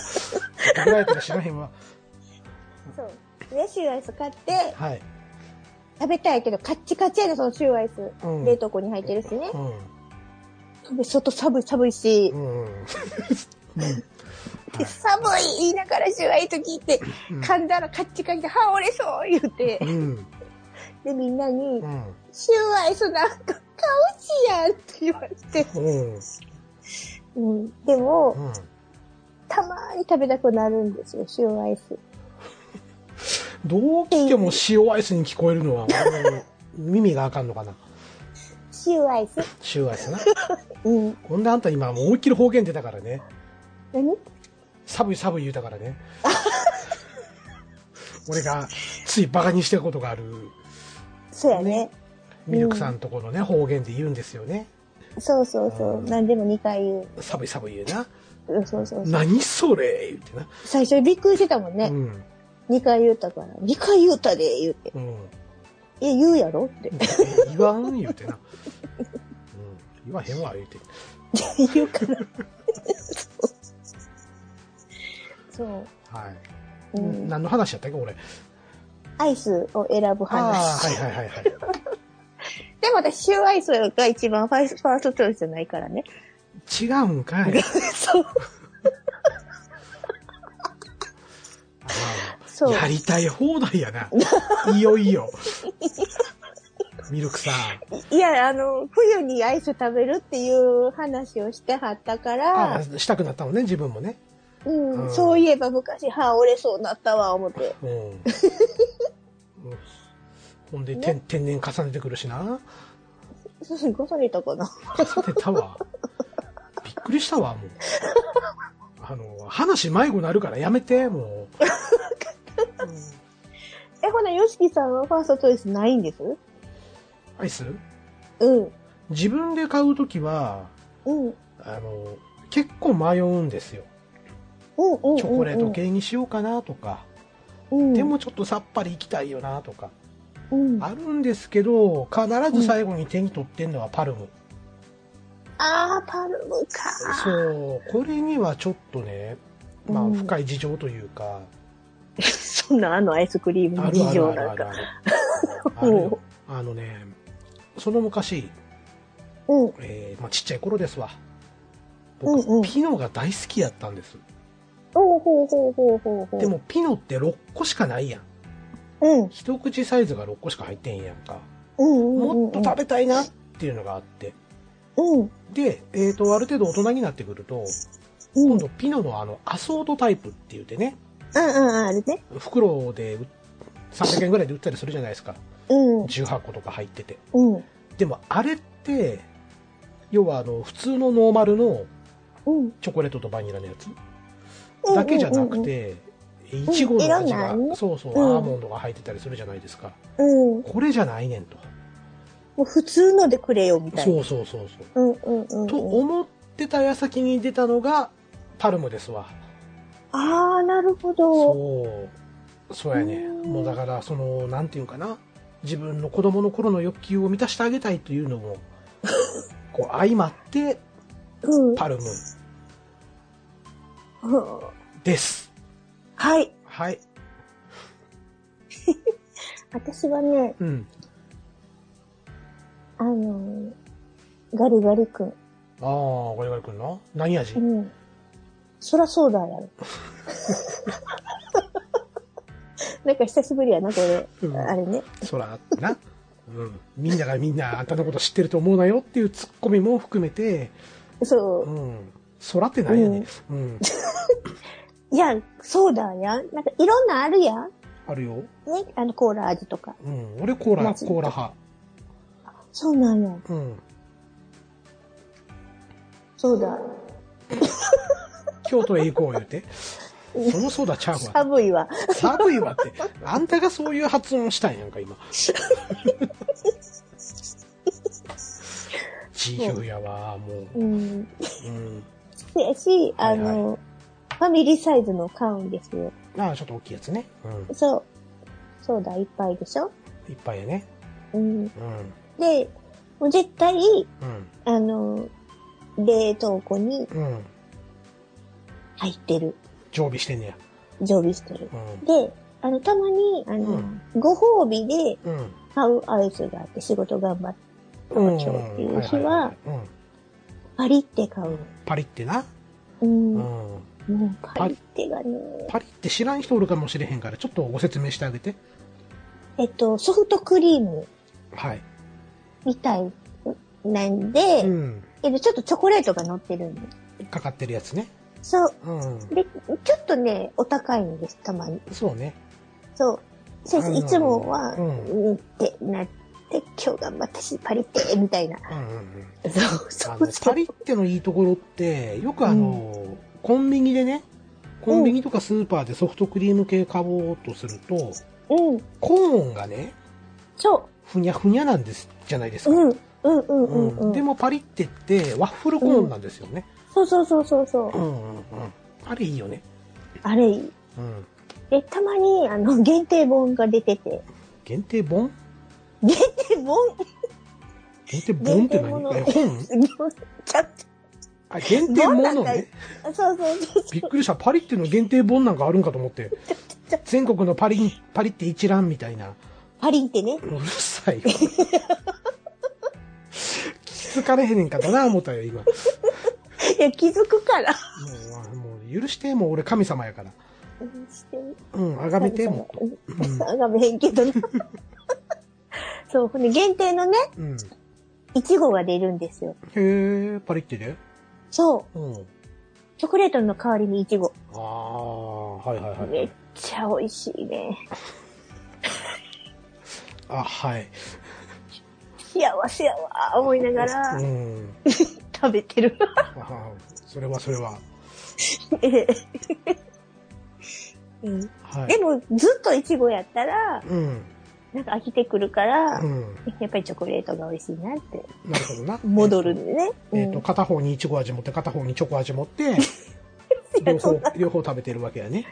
S2: 僕らやったらしなへんわ。
S1: そう。ね、シューアイス買って、
S2: はい。
S1: 食べたいけど、カッチカチやね、そのシューアイス。
S2: うん
S1: 冷凍庫に入ってるしね。
S2: うん。
S1: で外寒い寒いし
S2: う、ん。うん
S1: で寒い言いながらシューアイス聞いて、噛んだらカッチカチで歯折れそう言うて
S2: う、ん。
S1: で、みんなに
S2: う、ん。
S1: シューアイスなんか買うしやんって言われて。
S2: う
S1: う
S2: ん。
S1: ん。でも、
S2: うん。
S1: たまーに食べたくなるんですよ、シューアイス。
S2: どう聞いても塩アイスに聞こえるのは、俺の耳があかんのかな。
S1: シューアイス。
S2: 塩アイスな。
S1: うん。
S2: ほんであんた今、思いっきり方言出たからね。
S1: 何
S2: 寒い寒い言うたからね。俺がついバカにしてることがある
S1: そうや
S2: ね
S1: ね。
S2: ミルクさんとこのね、方言で言うんですよね。
S1: そうそうそう。何でも2回言う。
S2: 寒い寒い言うな。
S1: うんそうそうそう。
S2: 何それ言うてな。
S1: 最初びっくりしてたもんね。
S2: うん。
S1: 二回言うたから、二回言うたで、言うて。
S2: うん。
S1: え、言うやろって。
S2: 言わん言うてな、うん、言わへんわ言うて
S1: 言うから。そう。
S2: はい、
S1: うん
S2: 何の話やったっけ俺
S1: アイスを選ぶ
S2: ああ
S1: 話。
S2: はいはいはいはい
S1: でも私、シューアイスが一番ファイスファーストチョイスじゃないからね。
S2: 違うん かい
S1: そう。
S2: あ
S1: そう
S2: のやりたい放題 やないよいよミルクさん
S1: いや、あの、冬にアイス食べるっていう話をしてはったか
S2: あ
S1: ら、
S2: あしたくなったのね自分もね
S1: う、
S2: うんん
S1: そういえば昔歯折れそうになったわ、思って。
S2: うんうんほんで、
S1: ね
S2: 天天然重ねてくるしな
S1: そうごそりとこの。
S2: 重ねたわびっくりしたわもうあの話迷子なるからやめてもう、うん
S1: え、ほな、ヨシキさんはファーストチョイスないんです
S2: アイス
S1: うん。
S2: 自分で買うときは
S1: うん。うん
S2: あの結構迷うんですよ
S1: うんうんうん。
S2: チョコレート系にしようかなとか、
S1: うん
S2: でもちょっとさっぱりいきたいよなとか、
S1: うん、
S2: あ
S1: あ
S2: るんですけど必ず最後に手に取ってんのはパルム、
S1: あー、パルムか。
S2: そうこれにはちょっとねまあ
S1: うん
S2: 深い事情というか、
S1: そんなあのアイスクリーム
S2: あ
S1: の
S2: る
S1: 事
S2: ある
S1: 情
S2: ある
S1: な
S2: あ
S1: ん
S2: る
S1: か。
S2: あるあるよあのねその昔、
S1: うん。
S2: えーまあ、ちっちゃい頃ですわ僕、
S1: うんうん
S2: ピノが大好きやったんです
S1: おうほうほうほうほうほう。
S2: で、もピノって6個しかないやん
S1: うん。
S2: 一口サイズが6個しか入ってんやんか
S1: うんうんうん、うん。
S2: もっと食べたいなっていうのがあって
S1: うん。
S2: で、えー、とある程度大人になってくると
S1: うん。う
S2: 今
S1: ん
S2: 度ピノのあのアソートタイプって言ってね
S1: うん、あれね。
S2: 袋で売300円ぐらいで売ったりするじゃないですか
S1: うん。
S2: 18個とか入ってて
S1: うん。
S2: でもあれって要はあの普通のノーマルの
S1: うん。
S2: チョコレートとバニラのやつだけじゃなくていちごの
S1: 色
S2: 味
S1: 々な
S2: が
S1: のね
S2: そうそう
S1: うん
S2: アーモンドが入ってたりするじゃないですか
S1: うん。うん。
S2: これじゃないねんと
S1: もう普通のでくれよ、みたいな。
S2: そうそうそうそう
S1: うんうんうんうん。
S2: と思ってた矢先に出たのがパルムですわ
S1: ああ、なるほど。
S2: そうそうやね
S1: うん
S2: もうだからそのなんていうかな自分の子供の頃の欲求を満たしてあげたいという のもこう相まって
S1: うん。
S2: パルム
S1: うん
S2: です
S1: はい。
S2: はい
S1: 私はね、
S2: うん
S1: あのーガリガリ君。
S2: ああゴリゴリ君の何味
S1: うん。そらそうだやろ。 なんか久しぶりやな、これ。
S2: うん
S1: あれね。
S2: そらな、うん、みんながみんなあんたのこと知ってると思うなよっていうツッコミも含めて
S1: そうう。
S2: ん空ってなんやねん、うん、
S1: いや、そうだやん。なんかいろんなあるやん。ね、
S2: あるよ、
S1: あの、コーラ味とか。
S2: うん、俺コーラ
S1: マジ
S2: コーラ派
S1: そうなんや。
S2: うん
S1: そうだ。
S2: 京都へ行こう言うてそのソーダちゃうわ
S1: 寒いわ。
S2: 寒いわってあんたがそういう発音したんやんか今自由やわも
S1: うん。
S2: う、うん、
S1: せやし、あの、
S2: はい
S1: ファミリーサイズの買うんですよ。
S2: ああちょっと大きいやつね、う
S1: そう。そうだ、いっぱいでしょ
S2: ん、いっぱいやね
S1: うん。
S2: うん
S1: で、もう絶対、
S2: うん
S1: あの、冷凍庫に
S2: うん
S1: 入ってる。
S2: 常備してんねや
S1: 常備してる。
S2: う
S1: で、あの、たまに、あの、
S2: うん
S1: ご褒美で
S2: んうん
S1: 買うアイスがあって仕事頑張って、
S2: う
S1: 今
S2: ん
S1: 日っていう日は、
S2: いいいうん
S1: パリって買う。
S2: パリってな、
S1: うん。
S2: うん
S1: もうパリってがね、
S2: パリって知らん人おるかもしれへんからちょっとご説明してあげて
S1: えっと、ソフトクリーム
S2: はい、
S1: みたいなんで、
S2: うん、
S1: えっと、ちょっとチョコレートが乗ってるんで。
S2: かかってるやつね
S1: そう。
S2: うん
S1: で、ちょっとね、お高いんです、たまに。
S2: そうね
S1: そう。先生、
S2: あの
S1: いつもは、
S2: う
S1: うんん、ってなって、今日頑張ったし、パリって、みたいな。
S2: うんうんうん
S1: そう
S2: あ
S1: そ
S2: の
S1: うそ
S2: パ
S1: う。
S2: リってのいいところってよくあの、コンビニでねコンビニとかスーパーでソフトクリーム系買おうとすると
S1: うん。
S2: コーンがね
S1: そ
S2: ふにゃふにゃなんですじゃないです
S1: う。
S2: か、
S1: うん。うんうんうん
S2: う
S1: うんん。
S2: でもパリってってワッフルコーンなんですよね、
S1: そうそうそうそうそうう。
S2: んうんうん、あれいいよね、
S1: あれいい。
S2: うん、
S1: で、たまに、あの、限定本が出てて。
S2: 限定本
S1: 限定本
S2: 限定本って何
S1: 限定物
S2: え本
S1: ちゃって。
S2: あ限定もの
S1: 本なん
S2: ね
S1: あそうそうそう。
S2: びっくりしたパリっていうの限定本なんかあるんかと思って 全国のパリにパリって一覧みたいな
S1: パリってね。
S2: うるさいよ気づかれへんかったな思ったよ今も
S1: いや、気づくから。
S2: うもう許してもう俺神様やから
S1: して
S2: うんあがめてもっと
S1: うんあがめへん けどな。そう、ほんで、限定のね、
S2: うん
S1: いちごが出るんですよ。
S2: へえパリってで
S1: そう。
S2: うん
S1: チョコレートの代わりにイチゴ。
S2: ああはいはいはい、
S1: めっちゃ美味しいね。
S2: あはい
S1: 幸せやわ、思いながら
S2: うん
S1: 食べてる。
S2: あーそれはそれは
S1: え えうん
S2: はい
S1: でも、ずっとイチゴやったら、
S2: うん
S1: なんか飽きてくるから、
S2: うん
S1: やっぱりチョコレートが美味しいなって、
S2: なるほどな。
S1: 戻るんでね。
S2: えっ、
S1: うん
S2: と、片方にイチゴ味持って、片方にチョコ味持 って、
S1: や
S2: 両
S1: そ
S2: 方
S1: んな、
S2: 両方食べてるわけやね。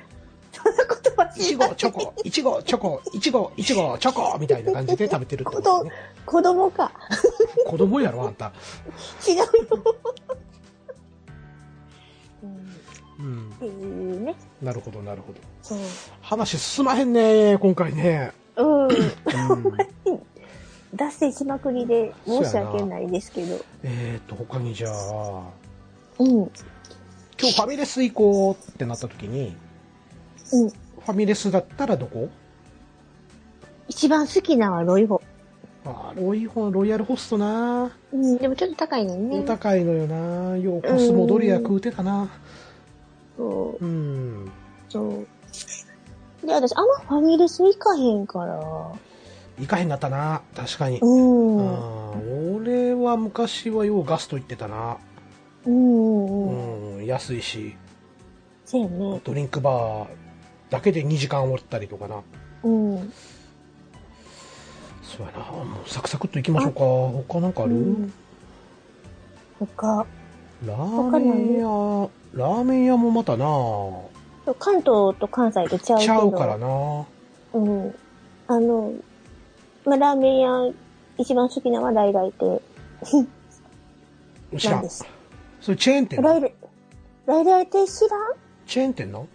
S1: そんなことはい
S2: ちご、チョコ、いちご、チョコ、いちご、いちご、チョコみたいな感じで食べてるってこと、ね。
S1: 子供か。
S2: 子供やろ、あんた。
S1: 違う よ。うん
S2: うん
S1: っ。ていうね。
S2: なるほど、なるほど。
S1: そう。
S2: 話進まへんね、今回ね。
S1: うん。
S2: うん、
S1: 脱線しまくりで申し訳ないですけど。
S2: えっと、他にじゃあ、
S1: うん。うん。
S2: 今日ファミレス行こうってなった時に、ファミレスだったらどこ
S1: 一番好きなのはロイホ。
S2: あーロイホン、ロイヤルホストな。
S1: うん。でもちょっと高いのに
S2: お
S1: ね。
S2: 高いのよな。よう、コスモドリア食うてたな。
S1: そう。
S2: うん。
S1: そう。で、私、あんまファミレス行かへんから。
S2: 行かへんなったな確かに、
S1: うん。
S2: う
S1: うん
S2: ん、俺は昔はようガスト行ってたな
S1: うんう
S2: う
S1: ん。
S2: ん、安いし
S1: そうやね。
S2: ドリンクバーだけで2時間おったりとかな
S1: うん。
S2: そうやなもうサクサクっと行きましょうか他なんかある、
S1: うんとか、
S2: ラーメン屋ラーメン屋もまたな
S1: そう関東と関西でちゃうけど。
S2: ちゃうからな
S1: うん。あの、まあ、ラーメン屋、一番好きなのはライライで。
S2: 知ら
S1: なん
S2: ん
S1: です
S2: それチェーン店
S1: ラ
S2: な
S1: イライ、ライライって知ら
S2: チェーン店の
S1: ん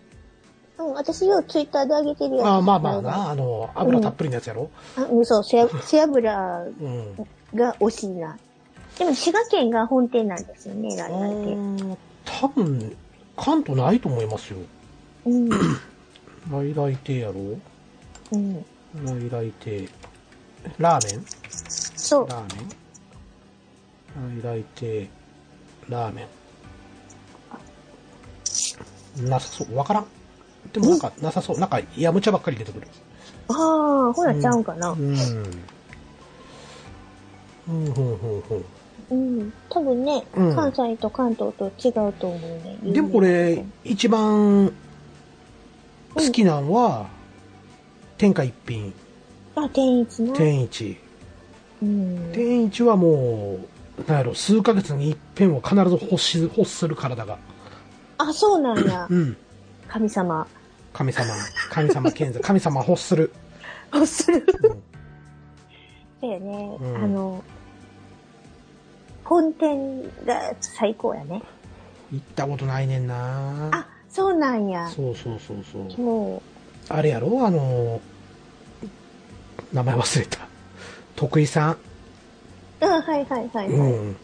S1: うん、私よ、ツイッターであげてるやつ。
S2: あまあまあ
S1: ラ
S2: なあの油たっぷりのやつやろ、
S1: イライ。あうん、そう、背脂背脂
S2: うん
S1: が惜しいな。でも、滋賀県が本店なんですよね、ライライって。
S2: うん多分関東ないと思いますよ
S1: うん。
S2: 来来亭やろ
S1: うん。
S2: 来来亭ラーメン
S1: そう。
S2: ラーメン来来亭ラーメンなさそうわからんでもなんかなさそうなんかやむちゃばっかり出てくる
S1: ああ、ほらちゃうんかな
S2: う。んうんうんうんうん
S1: うん。多分ね、
S2: うん
S1: 関西と関東と違うと思うね。
S2: でもこれ、一番好きなんは、天下一品、
S1: あ、天一な。
S2: 天一。
S1: うん。
S2: 天一はもう、なんやろ、数ヶ月に一遍は必ず欲し、欲する体が。
S1: あ、そうなんや
S2: う。ん。
S1: 神様。
S2: 神様、神様健 在、神様欲する。
S1: あ、する。
S2: うん
S1: だよね、
S2: うん
S1: あの、本店が最高やね。
S2: 行ったことないねんな
S1: あ、そうなんや。
S2: そうそうそうそう。
S1: も
S2: あれやろあの、名前忘れた。徳井さ
S1: う、あ、はいはいはい。
S2: ん。うん。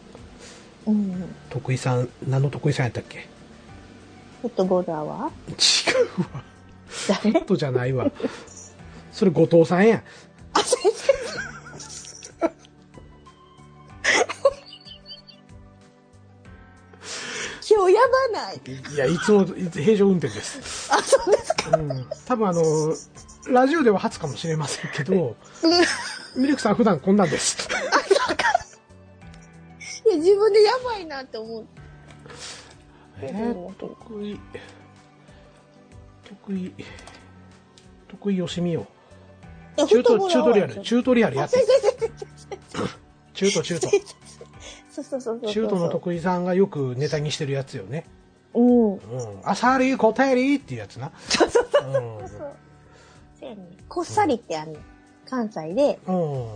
S1: うん。
S2: 徳井さん、何の徳井さんやったっけ
S1: フットボーラーは
S2: 違うわ。
S1: 誰
S2: ットじゃないわ。それ後藤さんやん。
S1: あ、先生。今日やばない。
S2: いや、いつもいつ平常運転です。
S1: あ、そうですか。
S2: うん。多分あの、ラジオでは初かもしれませんけど、ミルクさん普段こんなんです。
S1: いや、自分でやばいなって思う。
S2: えー、得意、得意、得意よしみよ。
S1: いや
S2: チュー
S1: フッ
S2: ト、
S1: ボ
S2: チュー
S1: ー
S2: ト
S1: ラー
S2: リ
S1: は
S2: アル、チュートリアルや
S1: あ
S2: って
S1: 先。生先
S2: チュー ト、チュート。
S1: 生そうそうそうそうそう。
S2: チュートの得意さんがよくネタにしてるやつよね。
S1: うん。
S2: うん。あさり、こたえりっていうやつな。
S1: そうそう。そうやね。こっさりってあの、関西で、
S2: うん。うん。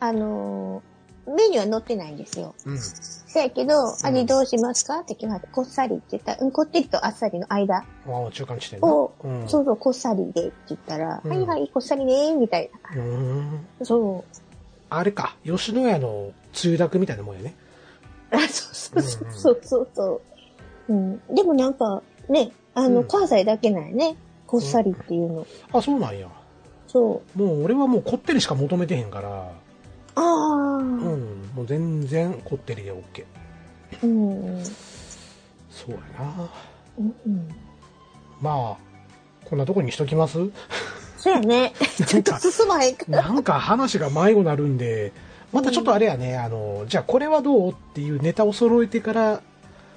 S1: あのーメニューは載ってないんですよ。
S2: うん。
S1: せやけど、味どうしますかって聞かれて、こっさりって言ったら、うん、こってりとあっさりの間
S2: ああ、中間地点な。
S1: を、
S2: うん。
S1: そうそう、こっさりでって言ったら、
S2: うん
S1: はいはい、こっさりねー、みたいな。
S2: うん。
S1: そう。
S2: あれか、吉野家のつゆだくみたいなもんやね。
S1: あそうそうそうそうそう。うん。でもなんか、ね、あの、
S2: うん
S1: 関西だけなんやね。こっさりっていうの。
S2: あ、そうなんや。
S1: そう。
S2: もう俺はもうこってりしか求めてへんから、
S1: ああ、
S2: うん、もう全然こってりで OK。
S1: うん。うん。
S2: そうやな。
S1: うん。
S2: まあ、こんなとこにしときます
S1: そうやね。ちょっと進まへんから。
S2: なんか話が迷子なるんで、またちょっとあれやね、あの、じゃあこれはどうっていうネタを揃えてから、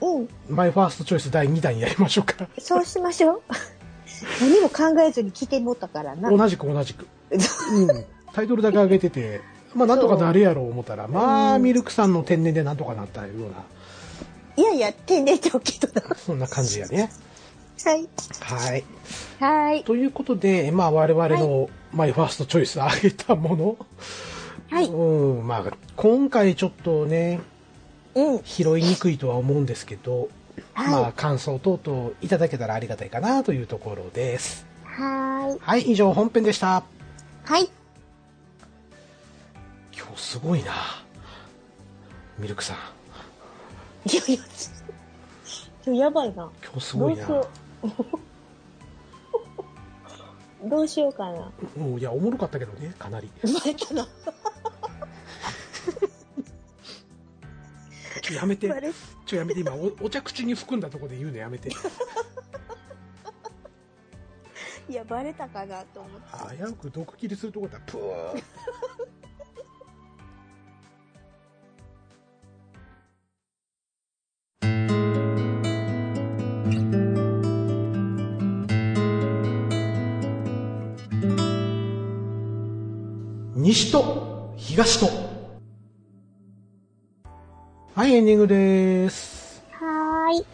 S1: うん。
S2: マイファーストチョイス第2弾にやりましょうか。
S1: そうしましょう。 何も考えずに来てもったからな。
S2: 同じく同じく。うん。タイトルだけ上げてて、まあなんとかなるやろう思ったら、まあミルクさんの天然でなんとかなったよう
S1: い
S2: な。
S1: やいや、手出ちゃうけどな。
S2: そんな感じやね。
S1: はい。
S2: はい。
S1: はい。
S2: ということで、まあ我々のマイファーストチョイスあげたもの、
S1: はい。
S2: うん、まあ今回ちょっとね、
S1: うん。
S2: 拾いにくいとは思うんですけど、
S1: はい
S2: まあ感想等々いただけたらありがたいかなというところです。
S1: はーい。
S2: はい、以上本編でした。
S1: はい。
S2: 今日すごいな。ミルクさん、
S1: いやい や、ちょ、やばいな。
S2: 今日す
S1: ど
S2: ご
S1: う
S2: い
S1: し
S2: な。
S1: よう。 どうしようか な。
S2: うん、いや、おもろかったけどね、かなり。
S1: 生まれたな。
S2: や めて
S1: 生ま、れ
S2: ちょやめて、今お、お茶口に含んだところで言うのやめて。
S1: いや、バレたかなと思って。
S2: 危うく毒切りするとこだプワー西と東とはいエンディングです
S1: はーい。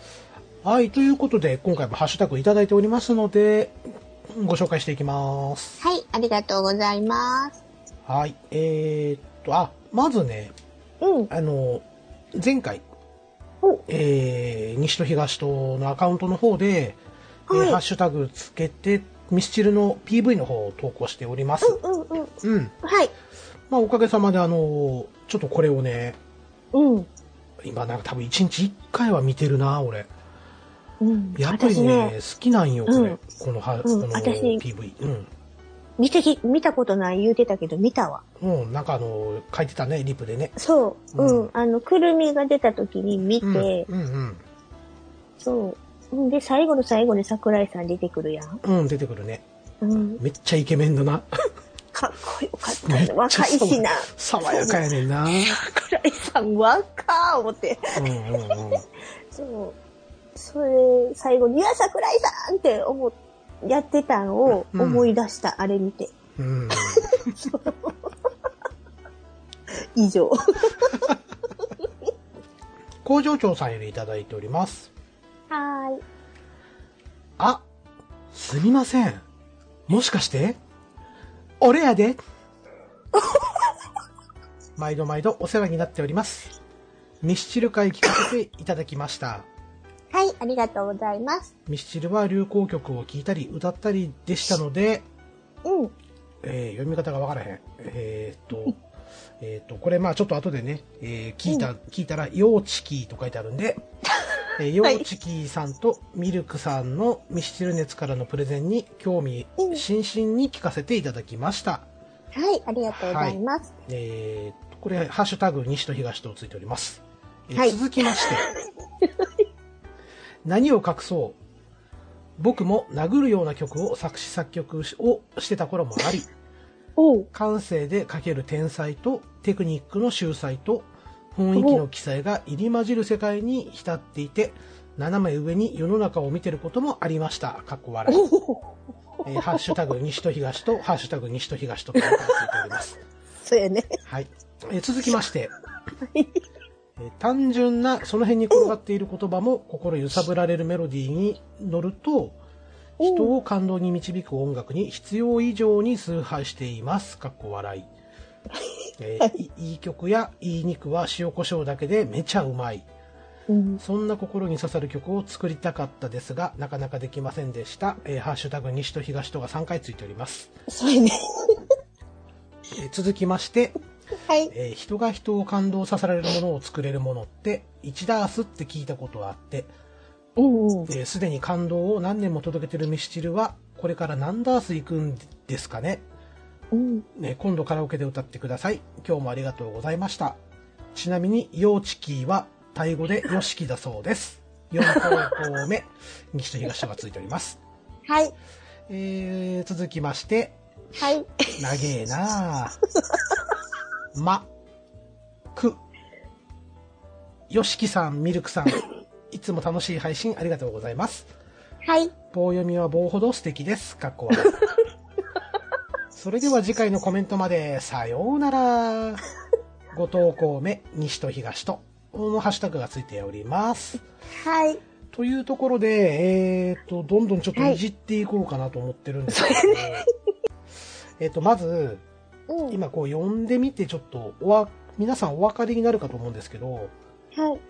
S2: はいということで今回もハッシュタグいただいておりますのでご紹介していきます
S1: はい、ありがとうございます。
S2: はい。えーっと、あ、まずね、
S1: うん。
S2: あの、前回、
S1: お
S2: えー、西と東とのアカウントの方で、
S1: は
S2: えー
S1: い
S2: ハッシュタグつけて、ミスチルの PV の方を投稿しております。
S1: うんうんうん。
S2: うん。
S1: はい。
S2: まあ、おかげさまで、あの、ちょっとこれをね、
S1: うん。
S2: 今なんか多分1日1回は見てるな、俺。
S1: うん。
S2: やっぱりね、
S1: 私ね、
S2: 好きなんよ、これ。
S1: うん
S2: このは、
S1: うん
S2: この
S1: 私
S2: PV。うん。
S1: 見てき、見たことない言うてたけど、見たわ。
S2: うん、なんかあの、書いてたね、リプでね。
S1: そう。うん。
S2: うん
S1: あの、くるみが出た時に見て、
S2: うん。うん、
S1: そう。うんで、最後の最後に桜井さん出てくるやん。
S2: うん。うん、出てくるね。
S1: うん。
S2: めっちゃイケメンだな。
S1: かっこよかっ
S2: めったちゃ
S1: な。若いしな。
S2: 爽やかやねんな。
S1: 桜井さん若ー思って。
S2: うんうんうん。
S1: そう。それ、最後に、いや、桜井さんって思っ、やってたんを
S2: うん
S1: 思い出した、あれ見て。
S2: うん、
S1: 以上。
S2: 工場長さんよりいただいております。
S1: は
S2: あ、すみません。もしかして俺やで。 毎度毎度お世話になっております。ミスチル会聞かせていただきました。
S1: ーい。はい、ありがとうございます。
S2: ミスチルは流行曲を聴いたり歌ったりでしたので、
S1: うん。
S2: えー読み方がわからへん。えーっと、 えーっと、これまあちょっと後でね、えー聞いた、聞いたら、ヨーチキーと書いてある んで、えー、ヨ
S1: はい
S2: ーチキーさんとミルクさんのミスチル熱からのプレゼンに興味
S1: うん
S2: 津々に聞かせていただきました。
S1: はい、ありがとうございます。
S2: えーっと、これ、ハッシュタグ西と東とついております。えー
S1: はい
S2: 続きま して、何を隠そう僕も殴るような曲を作詞作曲をしてた頃もあり、
S1: おう。
S2: 感性でかける天才とテクニックの秀才と雰囲気の記載が入り混じる世界に浸っていて斜め上に世の中を見てることもありました。かっこ笑い。
S1: お
S2: えーハッシュタグ西と東と、ハッシュタグ西と東とと書いております。
S1: そうやね。
S2: はい。えー続きまして、
S1: い
S2: えー単純なその辺に転がっている言葉も心揺さぶられるメロディーに乗ると、
S1: おう
S2: 人を感動に導く音楽に必要以上に崇拝しています。かっこ笑い。えーいいい曲やいい肉は塩コショウだけでめちゃうまい。
S1: うん。
S2: そんな心に刺さる曲を作りたかったですが、なかなかできませんでした。えーハッシュタグ西と東とが3回ついております。
S1: そうやね。
S2: えー続きまして、
S1: はい。
S2: えー人が人を感動させられるものを作れるものって、1ダースって聞いたことはあって、
S1: うんうん
S2: え。ーすでに感動を何年も届けてるミスチルは、これから何ダース行くんですかね
S1: うん。
S2: ね、今度カラオケで歌ってください。今日もありがとうございました。ちなみに、ヨーチキーは、タイ語でヨシキだそうです。4方向目、 西と東とがついております。
S1: はい。
S2: えー、続きまして、
S1: はい。
S2: 長えな ぁ。ま、く、よしきさん、ミルクさん、いつも楽しい配信ありがとうございます。
S1: はい。
S2: 棒読みは棒ほど素敵です。かっこ悪い。それでは次回のコメントまで、さようなら。ご投稿目、西と東と、のハッシュタグがついております。
S1: はい。
S2: というところで、えっ、と、どんどんちょっといじっていこうかなと思ってるんですけど、えっと、まず、
S1: うん。
S2: 今こう読んでみてちょっとおわ皆さんお分かりになるかと思うんですけど、
S1: はい。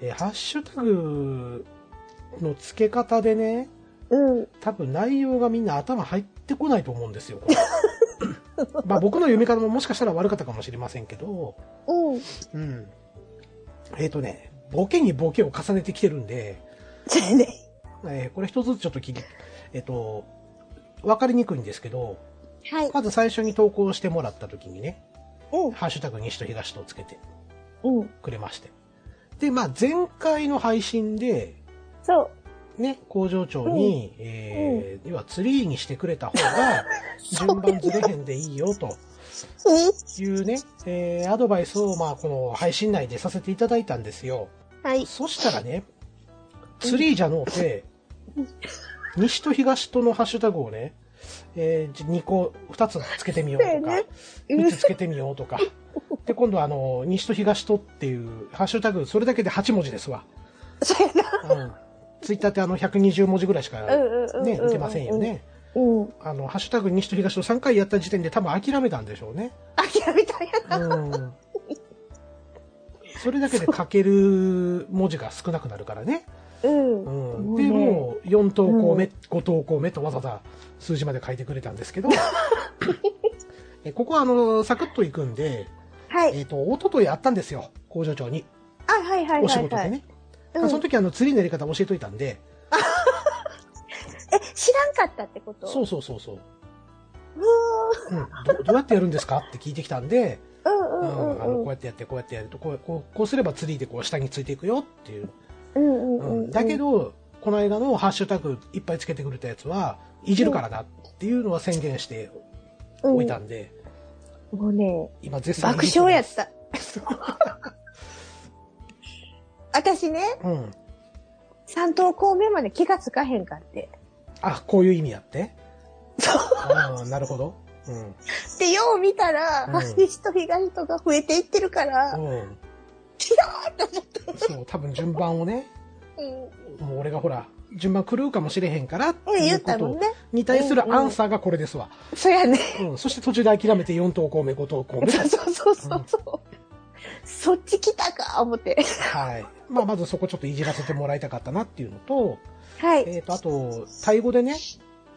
S2: えーハッシュタグの付け方でね
S1: うん。
S2: 多分内容がみんな頭入ってこないと思うん ですよ。これまあ僕の読み方ももしかしたら悪かったかもしれませんけど、
S1: うん。
S2: うん、えっ、とねボケにボケを重ねてきてるんで、
S1: そうやね。
S2: えーこれ一つずつちょっと聞きえっ、と分かりにくいんですけど
S1: はい。
S2: まず最初に投稿してもらった時にね
S1: う
S2: ハッシュタグ西と東とをつけて
S1: ん。うん。
S2: くれまして。で、まあ、前回の配信で、
S1: そう。
S2: ね、工場長に、えー、要はツリーにしてくれた方が、順番ずれへんでいいよ、というね、えー、アドバイスを、まあ、この配信内でさせていただいたんですよ。
S1: はい。
S2: そしたらね、ツリーじゃのうて、西と東とのハッシュタグをね、えー、2個、2つつけてみよう
S1: そう
S2: と
S1: や
S2: か
S1: ね、
S2: 3つつけてみよう とか。で、今度はあの、西と東とっていう、ハッシュタグ、それだけで8文字ですわ。
S1: そうやな。
S2: うん。ツイッターってあの、120文字ぐらいしか、
S1: うんうんうんうん
S2: ね、打てませんよね。
S1: うん。
S2: あの、ハッシュタグ西と東と3回やった時点で多分諦めたんでしょうね。
S1: 諦めたんやな。
S2: うん。それだけで書ける文字が少なくなるからね。
S1: うん。
S2: うん、で、もう4投稿目、5投稿目とわざわざ数字まで書いてくれたんです けど、えここはあの、サクッといくんで、
S1: はい。
S2: えっ、と、おとといあったんですよ、工場長に。
S1: あ、はいはいはい、はい。
S2: お仕事でね。
S1: うん
S2: その時あの、釣りのやり方教えといたんで、
S1: え、知らんかったってこと。
S2: そううそうそうそう。
S1: うー
S2: うん、どどうやってやるんですかって聞いてきたんで、
S1: んう
S2: う、
S1: ん
S2: あの、
S1: ん
S2: こうやってやって、こうやってやると、こう、こうこうすれば釣りでこう下についていくよっていう。
S1: うんうん。うんう
S2: うん
S1: うん
S2: ん、だけ、ど、この間のハッシュタグいっぱいつけてくれたやつは、いじるからなっていうのは宣言しておいたんで、
S1: うん。もうね、
S2: 今絶賛
S1: 爆笑や った。私ね、
S2: うん。
S1: 三等校目まで気がつかへんかって。
S2: あ、こういう意味やって。
S1: そう
S2: ああ、なるほど。うん。
S1: で、よう見たら、
S2: うん
S1: 西と東とが増えていってるから、
S2: うん。
S1: 違うと思って。
S2: そう、多分順番をね、
S1: うん。
S2: もう俺がほら、順番狂うかもしれへんからって
S1: うん
S2: い
S1: 言
S2: う
S1: っ
S2: こ
S1: た
S2: と
S1: もんね。
S2: に対するアンサーがこれですわ。
S1: そうやね。
S2: うん。そして途中で諦めて4投稿目、5投稿目。
S1: そうそうそうそうそう。そっち来たか、思って。
S2: はい。まあ、まずそこちょっといじらせてもらいたかったなっていうのと、
S1: はい。
S2: えっ、と、あと、タイ語でね、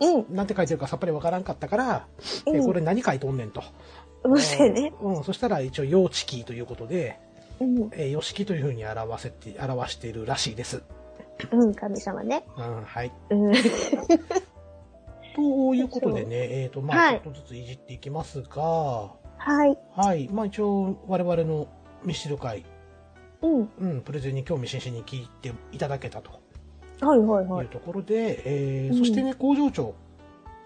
S1: うん。
S2: なんて書いてるかさっぱりわからんかったから、え
S1: うん
S2: これ何書いとんねんと。
S1: うるせえね。
S2: うん、そしたら一応、幼稚キーということで、
S1: うん。
S2: えー、様式というふうに表せて、表しているらしいです。
S1: うん、神様ね。
S2: うん、はい。
S1: うん。
S2: ということでね、えっ、と、まあ、
S1: はい
S2: ちょっとずついじっていきますが、は
S1: はい。
S2: い。まあ、一応、我々のミスチル会、
S1: うん。
S2: うん、プレゼンに興味津々に聞いていただけたと
S1: はいはい
S2: い
S1: は
S2: う
S1: い。
S2: ところで、え
S1: う
S2: ー
S1: ん
S2: そしてね、工場長、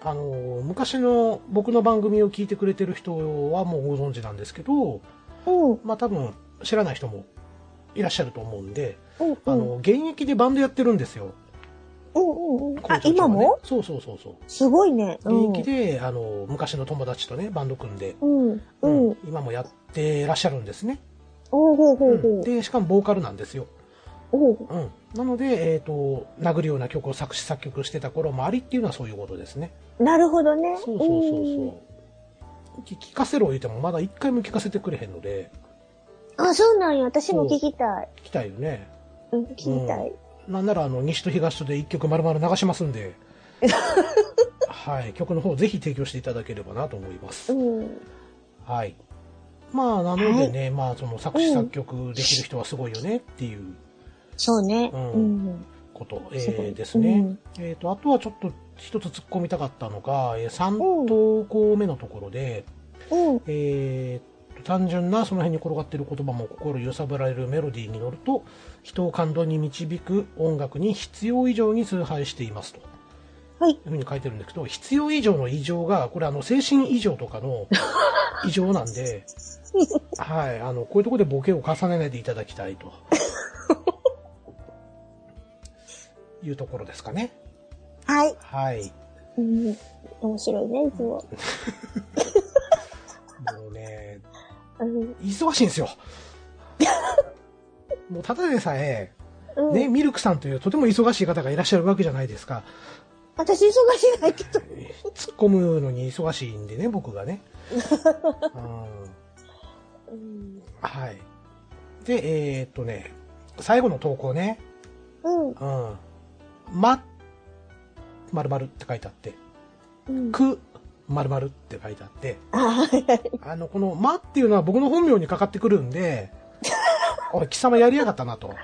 S2: あのー昔の僕の番組を聞いてくれてる人はもうご存知なんですけど、
S1: うん。うん。
S2: まあ、多分、知らない人もいらっしゃると思うんで、あ
S1: うん。
S2: の、現役でバンドやってるんですよ。
S1: うん。うん。
S2: 工場
S1: あ
S2: 長はね、
S1: 今も
S2: そうそうそうそう。
S1: すごいね。うん。
S2: 現役で、あの昔の友達とねバンド組んで、
S1: うん。うん。
S2: 今もやってらっしゃるんですね、
S1: おうほうほう
S2: う
S1: ほ
S2: ん
S1: う。
S2: でしかもボーカルなんですよ、
S1: おう
S2: うん、なので、えー、と殴るような曲を作詞作曲してた頃もありっていうのはそういうことですね
S1: なるほどね。
S2: そうそうそうそうき聞かせろ言うてもまだ一回も聞かせてくれへんので
S1: うん。あ、そうなんや。私も聞きたい。
S2: 聞きたいよね
S1: うん、聞きたい。
S2: なんならあの西と東とで一曲丸々流します んではい曲の方ぜひ提供していただければなと思います
S1: うん。
S2: はい。まあ、なのでね、まあ、その作詞作曲できる人はすごいよねっていう
S1: そうね。
S2: う
S1: うんん。
S2: こと、え
S1: すご
S2: ー
S1: い
S2: ですね。
S1: うん
S2: えっ、と、あとはちょっと一つ突っ込みたかったのが、え3投稿目のところで、
S1: うん。
S2: えーと単純なその辺に転がっている言葉も心揺さぶられるメロディーに乗ると、人を感動に導く音楽に必要以上に崇拝していますと。
S1: はい。
S2: いうふうに書いてるんですけど、必要以上の異常が、これあの、精神異常と かの異常なんで、はい、あの、こういうところでボケを重ねないでいただきた いと。いうところですかね。
S1: はい。
S2: はい。
S1: うん。面白いね、いつも。
S2: もうね、
S1: うん。
S2: 忙しいんですよ。 もうただでさえ、
S1: うん
S2: ね、ミルクさんというとても忙しい方がいらっしゃるわけじゃないですか。
S1: 私忙しいないけど。
S2: 突っ込むのに忙しいんでね、僕がね。うん
S1: うん。
S2: はい。で、えーっとね、最後の投稿ね、
S1: うん。
S2: うん。ま、まるまるって書いてあって、
S1: うん。
S2: く、まるまるって書いてあって、
S1: あ、はいはい。
S2: あの、この、まっていうのは僕の本名にかかってくるんで、 おい、貴様やりやがったなと。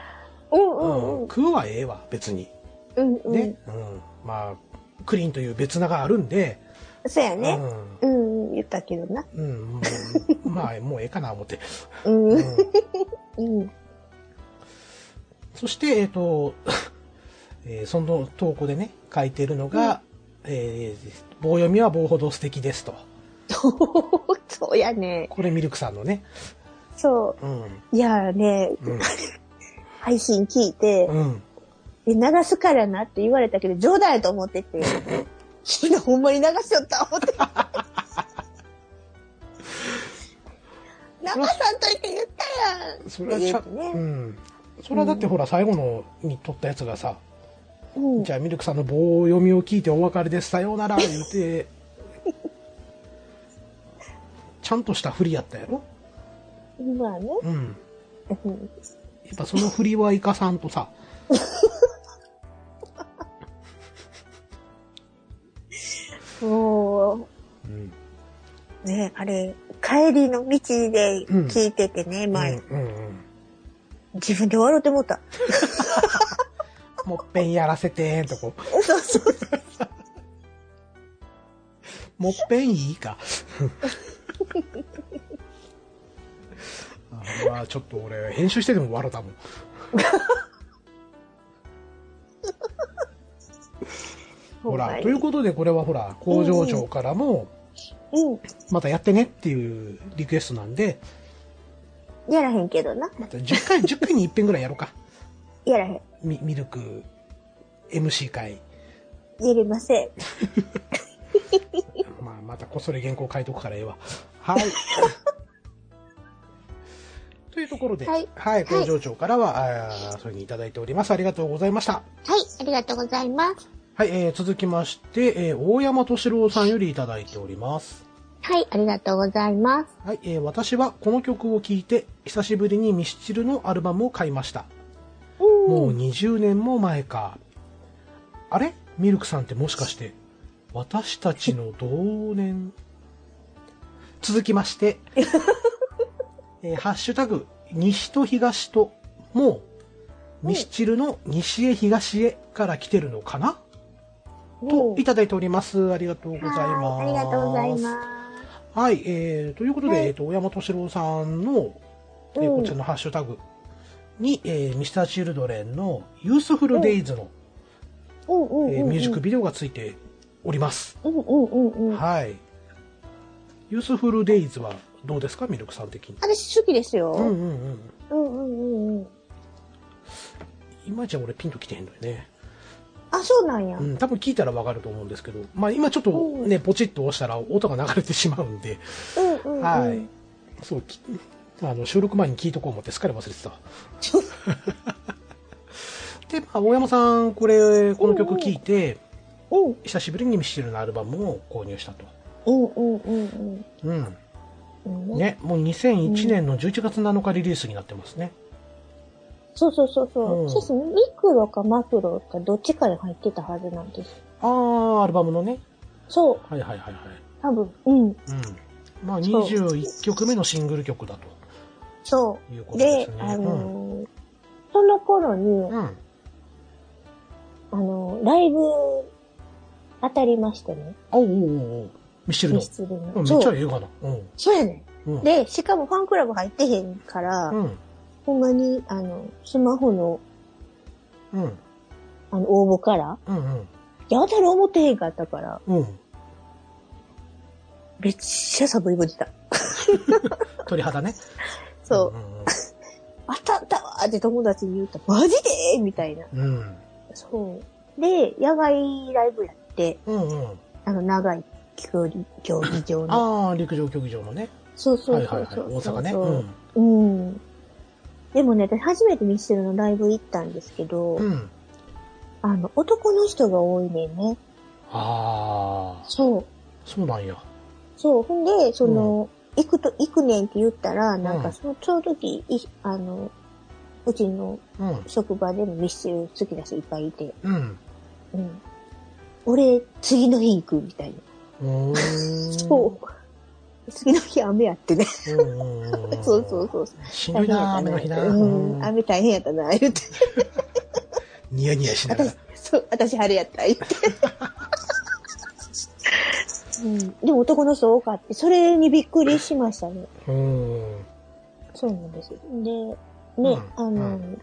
S1: うんうん
S2: う。
S1: うんん。
S2: くはええわ、別に。
S1: うんうん。
S2: ね。うん。まあ、クリーンという別名があるんで、
S1: そうやね。
S2: う
S1: うん、言ったけどな。
S2: ん。うん。もうまあ、 もうええかな、思って。
S1: うん。
S2: う。
S1: うんん。
S2: そして、えっ、と、 えーその投稿でね、書いてるのが、えー棒読みは棒ほど素敵ですと。
S1: そうやね。
S2: これミルクさんのね。
S1: そ
S2: うん。
S1: う。いやね、
S2: うん。
S1: 配信聞いて、
S2: うん。
S1: え、流すからなって言われたけど、冗談やと思って て。昨日ほんまに流しよった思って。流さんといて言ったやん
S2: それはちゃ、
S1: って言うてね
S2: うん。それはだってほら、最後のに撮ったやつがさ、
S1: うん
S2: じゃあミルクさんの棒読みを聞いてお別れです、さようなら、言って、ちゃんとした振りやったやろ
S1: まあね。
S2: うん。
S1: うん
S2: やっぱその振りはイカさんとさ、
S1: も
S2: うん。
S1: う、ね、あれ、帰りの道で聞いててね、前、
S2: うんうんうん。
S1: 自分で笑ってもうた。
S2: もっぺんやらせてーとこ。
S1: そうそう。
S2: もっぺんいいか。 あれはちょっと俺、編集してでも笑ったもん。ほら、ということでこれはほら、工場長からも、
S1: うん。
S2: またやってねっていうリクエストなんで、
S1: やらへんけどな。
S2: また10回、10回に1遍ぐらいやろうか。
S1: やらへん。
S2: ミミルク、MC 会。
S1: やりません。
S2: まあ、またこっそり原稿書いとくからええわ。はい。 というところで、は
S1: はいい、
S2: 工場長からは、あーそれにいただいております。ありがとうございました。
S1: はい、ありがとうございます。
S2: はい、えー続きまして、えー大山敏郎さんよりいただいております。
S1: はい、ありがとうございます。
S2: はい、えー私はこの曲を聴いて、久しぶりにミスチルのアルバムを買いました。もう20年も前か。あれミルクさんってもしかして、私たちの同年。続きま して、えーハッシュタグ、西と東と、もう、ミスチルの西へ東へから来てるのかなといただいております。ありがとうございます。
S1: はいありがとうございます。
S2: はい、えー、ということで、
S1: はい
S2: えっ、と、大山敏郎さんの、えー
S1: うん
S2: こちらのハッシュタグに、えー、ミスターチルドレンのユースフルデイズの、
S1: うんうんうんうん
S2: えーミュージックビデオがついております。
S1: うんうんうんうん。
S2: はい。ユースフルデイズはどうですかミルクさん的に。
S1: 私好きです
S2: うんう
S1: よ。
S2: んうん。
S1: うんうんうんうん。
S2: 今じゃ俺ピンときてへんのよね。
S1: あ、そうなんや。
S2: うん、多分聞いたらわかると思うんですけど、まあ今ちょっとね、ポチッと押したら音が流れてしまうんで、
S1: うんうんうん。
S2: はい。そう、きあの収録前に聞いとこう思ってすっかり忘れてたわ。で、まあ、大山さん、これ、この曲聴いて、
S1: うん
S2: 久しぶりにミスチルのアルバムを購入したと。
S1: うんうんうん
S2: うん。
S1: うん。ね
S2: ね、もう2001年の11月7日リリースになってますね。
S1: そうそうそうそう。
S2: うん
S1: そうそうミクロかマクロかどっちかに入ってたはずなんです。
S2: あー、アルバムのね。
S1: そう、
S2: はいはいはいはい。
S1: 多分。うん。
S2: うん。まあ、21曲目のシングル曲だ
S1: そ
S2: というこ
S1: う。
S2: とで
S1: です
S2: ね。、
S1: あのーその頃に、
S2: うん。うん。
S1: あのーライブ当たりましてね、
S2: あおうおうおうミスチルの
S1: ミ。スチル
S2: うん、
S1: の。
S2: めっち
S1: そ
S2: ゃ
S1: う。
S2: ええがな。うん。
S1: そうやね
S2: うん。
S1: ん。で、しかもファンクラブ入ってへんから、
S2: うん。
S1: ほんまに、あの、スマホの、
S2: うん。
S1: あの、応募から、
S2: うん。
S1: やたら思ってへんかったから、
S2: うん。うん。
S1: めっちゃサブイブ出た。
S2: 鳥肌ね。
S1: そう。
S2: ん
S1: 当たったわーって友達に言うと、マジでみたいな。
S2: うん。うん。
S1: そう。で、野外ライブやって、
S2: うんうん。
S1: あの、長い競技、競 技場の。
S2: ああ、陸上競技場のね。
S1: そうそ
S2: は
S1: う
S2: い
S1: そ
S2: はいうはい。
S1: そう。
S2: 大阪ね。
S1: そう
S2: うん。
S1: そううん。でもね、私初めてミスチルのライブ行ったんですけど、
S2: うん。
S1: あの、男の人が多いねんね。
S2: ああ、
S1: そう。
S2: そうなんや。
S1: そう。ほんで、その、行くと、行くねんって言ったら、なん
S2: うん
S1: か、その、ちょうど時、いあの、うちの
S2: うん。
S1: 職場でもミスチル好きだしいっぱいいて、
S2: うん。
S1: うん。俺、次の日行くみたいな。
S2: うーん。
S1: そう。次の日雨やってね。
S2: うんうんうんうん。
S1: そうそうそう。
S2: しんどいな、雨の日な。
S1: うん、
S2: うん
S1: 雨大変やったな、言って。
S2: ニヤニヤしながら
S1: 私。、そう、私晴れやった、言って。うん、でも男の人多かった。それにびっくりしましたね。
S2: うん。
S1: そうなんですよ。で、ね、
S2: うん
S1: あの、
S2: う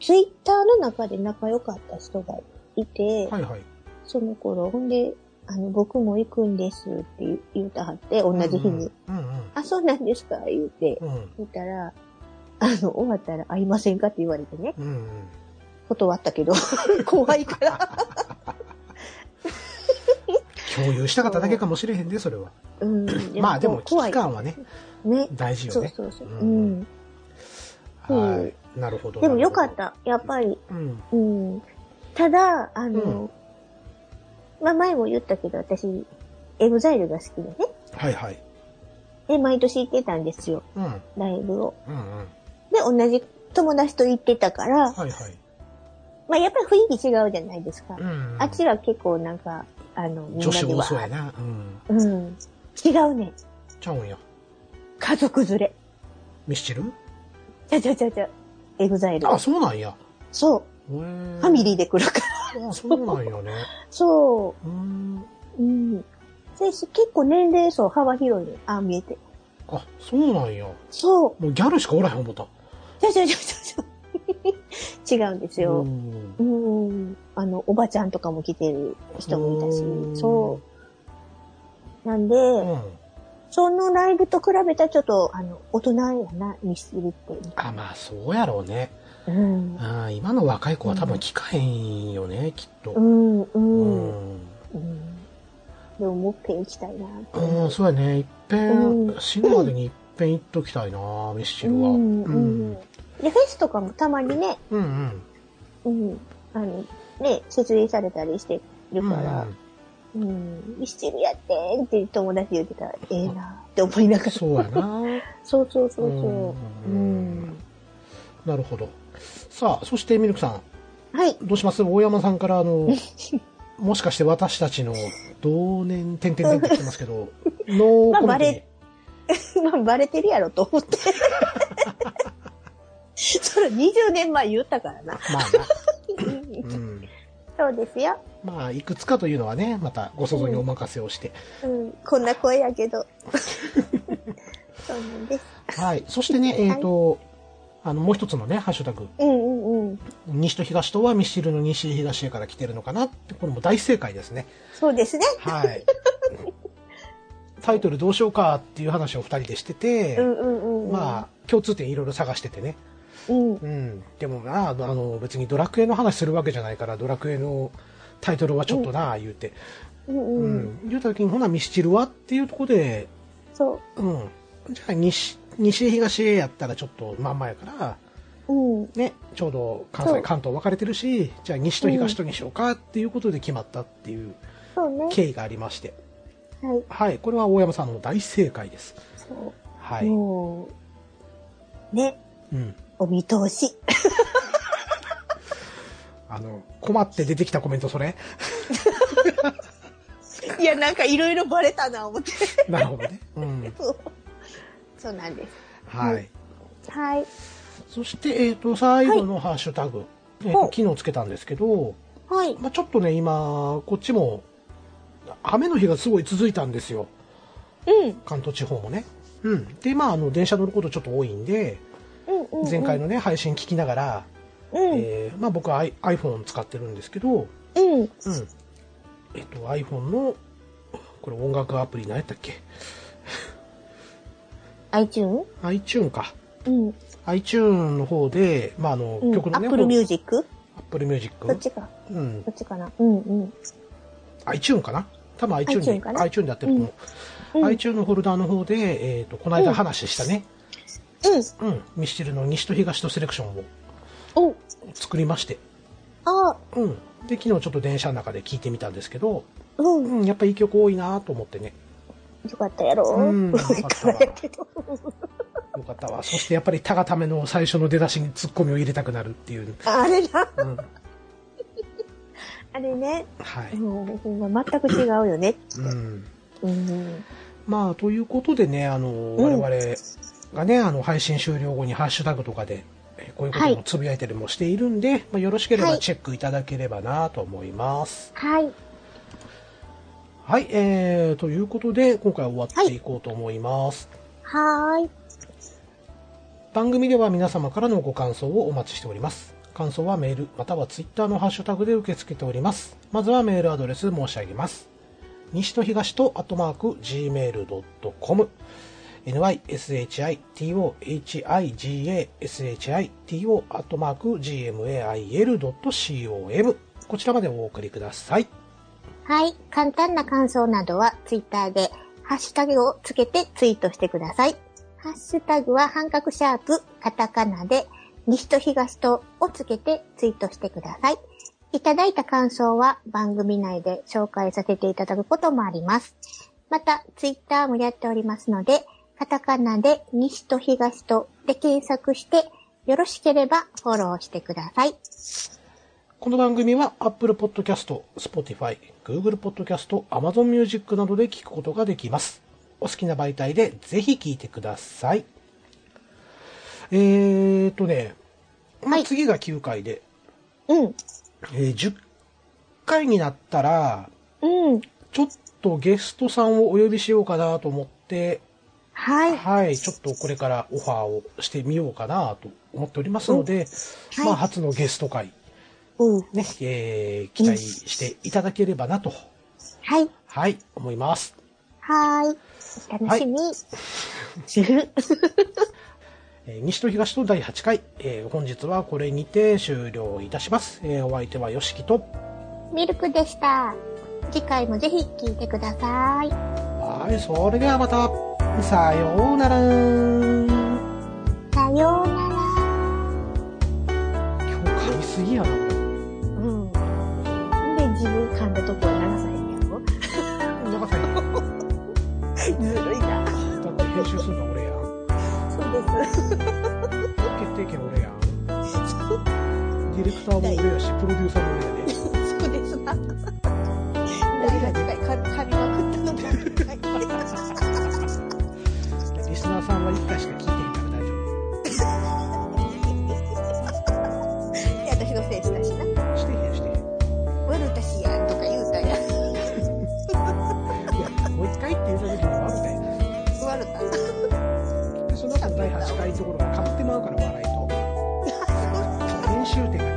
S1: ツイッターの中で仲良かった人がいて、
S2: はいはい。
S1: その頃、ほんで、あの、僕も行くんですって言うたはって、同じ日に。
S2: うんうん。
S1: あ、そうなんですか言うて、
S2: うんうん。
S1: 言ったら、あの、終わったら会いませんかって言われてね、
S2: うんうん。
S1: 断ったけど、 怖いから。
S2: 共有したかっただけかもしれへんで、それは。
S1: うん。や
S2: まあでも、危
S1: 怖
S2: 機
S1: い。
S2: 感はね、
S1: ね。
S2: 大事よ
S1: そう
S2: ね。
S1: そうそう。
S2: う
S1: うんん。そう
S2: はい。なるほど。
S1: でもよか
S2: な
S1: っ
S2: る
S1: た。やっぱり、
S2: ほど。うん。
S1: うん。ただ、あの、まあ前も言ったけど、私、エグザイルが好きでね。
S2: はいはい。
S1: で、毎年行ってたんですよ。
S2: うん。うん
S1: ライブを。
S2: うん。はい
S1: で、同じ友達と行ってたから、
S2: はい。
S1: まあやっぱり雰囲気違うじゃないですか。
S2: うん。
S1: あっちは結構なんか、あの、みん
S2: 女
S1: な
S2: 子
S1: で
S2: 多
S1: は。
S2: そうやな。うん。
S1: うん。違うね。
S2: ちゃうんや。
S1: 家族連れ。
S2: ミスチル
S1: ちゃちゃちゃちゃ。エグザイル。
S2: あ、そうなんや。
S1: そう。
S2: フ
S1: ファミ
S2: リ
S1: リーで来るから。
S2: ー。あ、そうなんよね。
S1: そう
S2: ーん。
S1: う。うん。で結構年齢層幅広いね。ああ、見えて。
S2: あ、そうなんや。
S1: そう。
S2: もうギャルしかおらへん思った。
S1: ちゃちゃちゃちゃちゃ。違うんです
S2: う
S1: よ。
S2: ん
S1: うん。あの、おばちゃんとかも来てる人もいた
S2: うん
S1: し。そう。なんで、
S2: うん。
S1: そのライブと比べたらちょっと、あの、大人やな、ミスチルって。
S2: あ、まあ、そうやろうね。
S1: うん。
S2: あー今の若い子は多分聞かへんよね、きっ
S1: う
S2: と。
S1: ん、う。
S2: うんん。
S1: うんでももっぺん行きたいなって
S2: うん、そうやね。いっぺ、
S1: うん
S2: 死ぬまでにいっぺん行っときたいな、ミスチルは。う
S1: うん
S2: ん。
S1: う
S2: うんん。
S1: で、フェスとかもたまにね、
S2: うん。
S1: うん、あの、ね、設営されたりしてる
S2: うん
S1: から、うん、ミスチルやってんって友達言ってたら、ええなって思いながら。そ
S2: そうやな。
S1: うそうそうそ
S2: うん
S1: う。うん。
S2: なるほど。さあ、そしてミルクさん。
S1: はい。
S2: どうします大山さんから、あ の、もしかして私たちの同年、てんてんてんって言ってます けど、の
S1: まあ
S2: コメントに
S1: まあ、バレてるやろと思って。それ20年前言ったからな。
S2: まあな。うん。
S1: そうですよ。
S2: まあ、いくつかというのはね、またご想像にお任せをして。
S1: うん、こんな声やけど。そうなんです。
S2: はい。そしてね、えっ、と、あの、もう一つのね、ハッシュタグ、
S1: うんうんうん。
S2: 西と東とはミシルの西東へから来てるのかなって、これも大正解ですね。
S1: そうですね。
S2: はい。タイトルどうしようかっていう話を二人でしてて、
S1: うんうんうん。
S2: まあ、共通点いろいろ探しててね。
S1: あ。うん。
S2: うん。でもな、あの、あの別にドラクエの話するわけじゃないから、ドラクエのタイトルはちょっとな、言うて。
S1: うんう
S2: う
S1: ん。
S2: ん。言うた時に、ほな、ミスチルはっていうところで、
S1: そ
S2: うん。じゃあ、西、西へ東へやったらちょっとまんまやから、
S1: う。うん。
S2: ね、ちょうど関
S1: そ
S2: 西、
S1: う
S2: 関東分かれてるし、じゃあ西と東とにしようかっていうことで決まったっていう
S1: そうね。
S2: 経緯がありまして。
S1: はい。
S2: はい、これは大山さんの大正解です。
S1: そう。
S2: はい。うん。
S1: もう、ね、お見通し。
S2: あの、困って出てきたコメントそれ
S1: いや、なんかいろいろバレたな、思って。
S2: なるほどね。うん。
S1: そうそうなんです。
S2: はい。
S1: はい。
S2: そして、えっ、と、最後のハッシュタグ。えっ、
S1: ほ
S2: と、
S1: う
S2: 機能つけたんですけど、
S1: はい。
S2: まあちょっとね、今、こっちも、雨の日がすごい続いたんですよ。
S1: うん。
S2: 関東地方もね。うん。で、まああの、電車乗ることちょっと多いんで、
S1: うんうん、うん。
S2: 前回。のね、配信聞きながら、
S1: うん。
S2: えーまあ僕は i- iPhone 使ってるんですけど、
S1: うん。
S2: うん。えっと、iPhone の、これ音楽アプリ何やったっけ
S1: iTune?
S2: ?iTune か。
S1: うん。
S2: iTune の方で、まあ、あの、
S1: うん。
S2: 曲のね、
S1: Apple Music?
S2: Apple Music。
S1: どっちか。
S2: うん。
S1: どっちかな。うんうん。
S2: iTune かな多分 iTune で、
S1: iTune かな
S2: iTune でやってると思う。
S1: うんうん
S2: iTune のフォルダーの方で、えっ、と、この間話したね、
S1: うん。
S2: うん、ミスチルの西と東とセレクションを
S1: お
S2: 作りまして、
S1: あ、
S2: うん。で、昨日ちょっと電車の中で聞いてみたんですけど、
S1: うん。
S2: うん、やっぱいい曲多いなと思ってね。
S1: よかったやろ。
S2: うんよかった
S1: からやけど。
S2: よかったわ。そしてやっぱりタガための最初の出だしにツッコミを入れたくなるっていう。
S1: あれな。
S2: うん。
S1: あれね。
S2: はい。
S1: もう、ほんま全く違うよね。
S2: うん。
S1: うん。
S2: まあ、ということでね、あの、我
S1: ん
S2: 々がね、あの、配信終了後にハッシュタグとかで、えこういうこともつぶやいたりもしているんで、まあ、よろしけれ
S1: は
S2: ば
S1: い
S2: チェックいただければなと思います。
S1: はい。
S2: はい、えー、ということで、今回は終わっていこうと思います。
S1: はーい。
S2: 番組では皆様からのご感想をお待ちしております。感想はメール、またはツイッターのハッシュタグで受け付けております。まずはメールアドレス申し上げます。西と東と、アットマーク、gmail.com。nyshitohiga,shito, アットマーク、gmail.com。こちらまでお送りください。
S1: はい。簡単な感想などは、ツイッターで、ハッシュタグをつけてツイートしてください。ハッシュタグは、半角シャープ、カタカナで、西と東とをつけてツイートしてください。いただいた感想は、番組内で紹介させていただくこともあります。また、ツイッターもやっておりますので、カタカナで、西と東とで検索して、よろしければフォローしてください。
S2: この番組は Apple Podcast、Spotify、Google Podcast、Amazon Music などで聞くことができます。お好きな媒体でぜひ聞いてください。えーとね、まあ
S1: はい
S2: 次が9回で、
S1: うん。
S2: えー10回になったら、
S1: うん。
S2: ちょっとゲストさんをお呼びしようかなと思って、
S1: はい。
S2: はい、ちょっとこれからオファーをしてみようかなと思っておりますので、
S1: はい
S2: まあ初のゲスト会、
S1: うん。
S2: ね、えー期待していただければなと。
S1: はい。
S2: はい、思います。
S1: はーい。お楽しみ。
S2: えー西と東と第8回、えー本日はこれにて終了いたします。えーお相手はよしきと、
S1: ミルクでした。次回もぜひ聞いてください。
S2: はい、それではまた、さようなら。今
S1: さような
S2: 日噛みすぎやな。
S1: ら。うん。で、自分噛んだとこは長さへんやろ
S2: 長さん、
S1: ずるいな。
S2: だって編集するの俺やん。
S1: そうです。
S2: 決定権俺やん。ディレクターも俺やし、プロデューサーも俺やで、
S1: そうですな。第8回噛みまくった のか。
S2: リスナーさんは1回しか聞いてへんから大丈
S1: いや私のせいしたしな。
S2: 夫。してへんしてへん。
S1: 悪だしや、とか言うたや。
S2: いや、もう1回って言った時に悪だよ。
S1: 悪か。
S2: でその後の第8回のところが勝ってまうから笑いと練習点が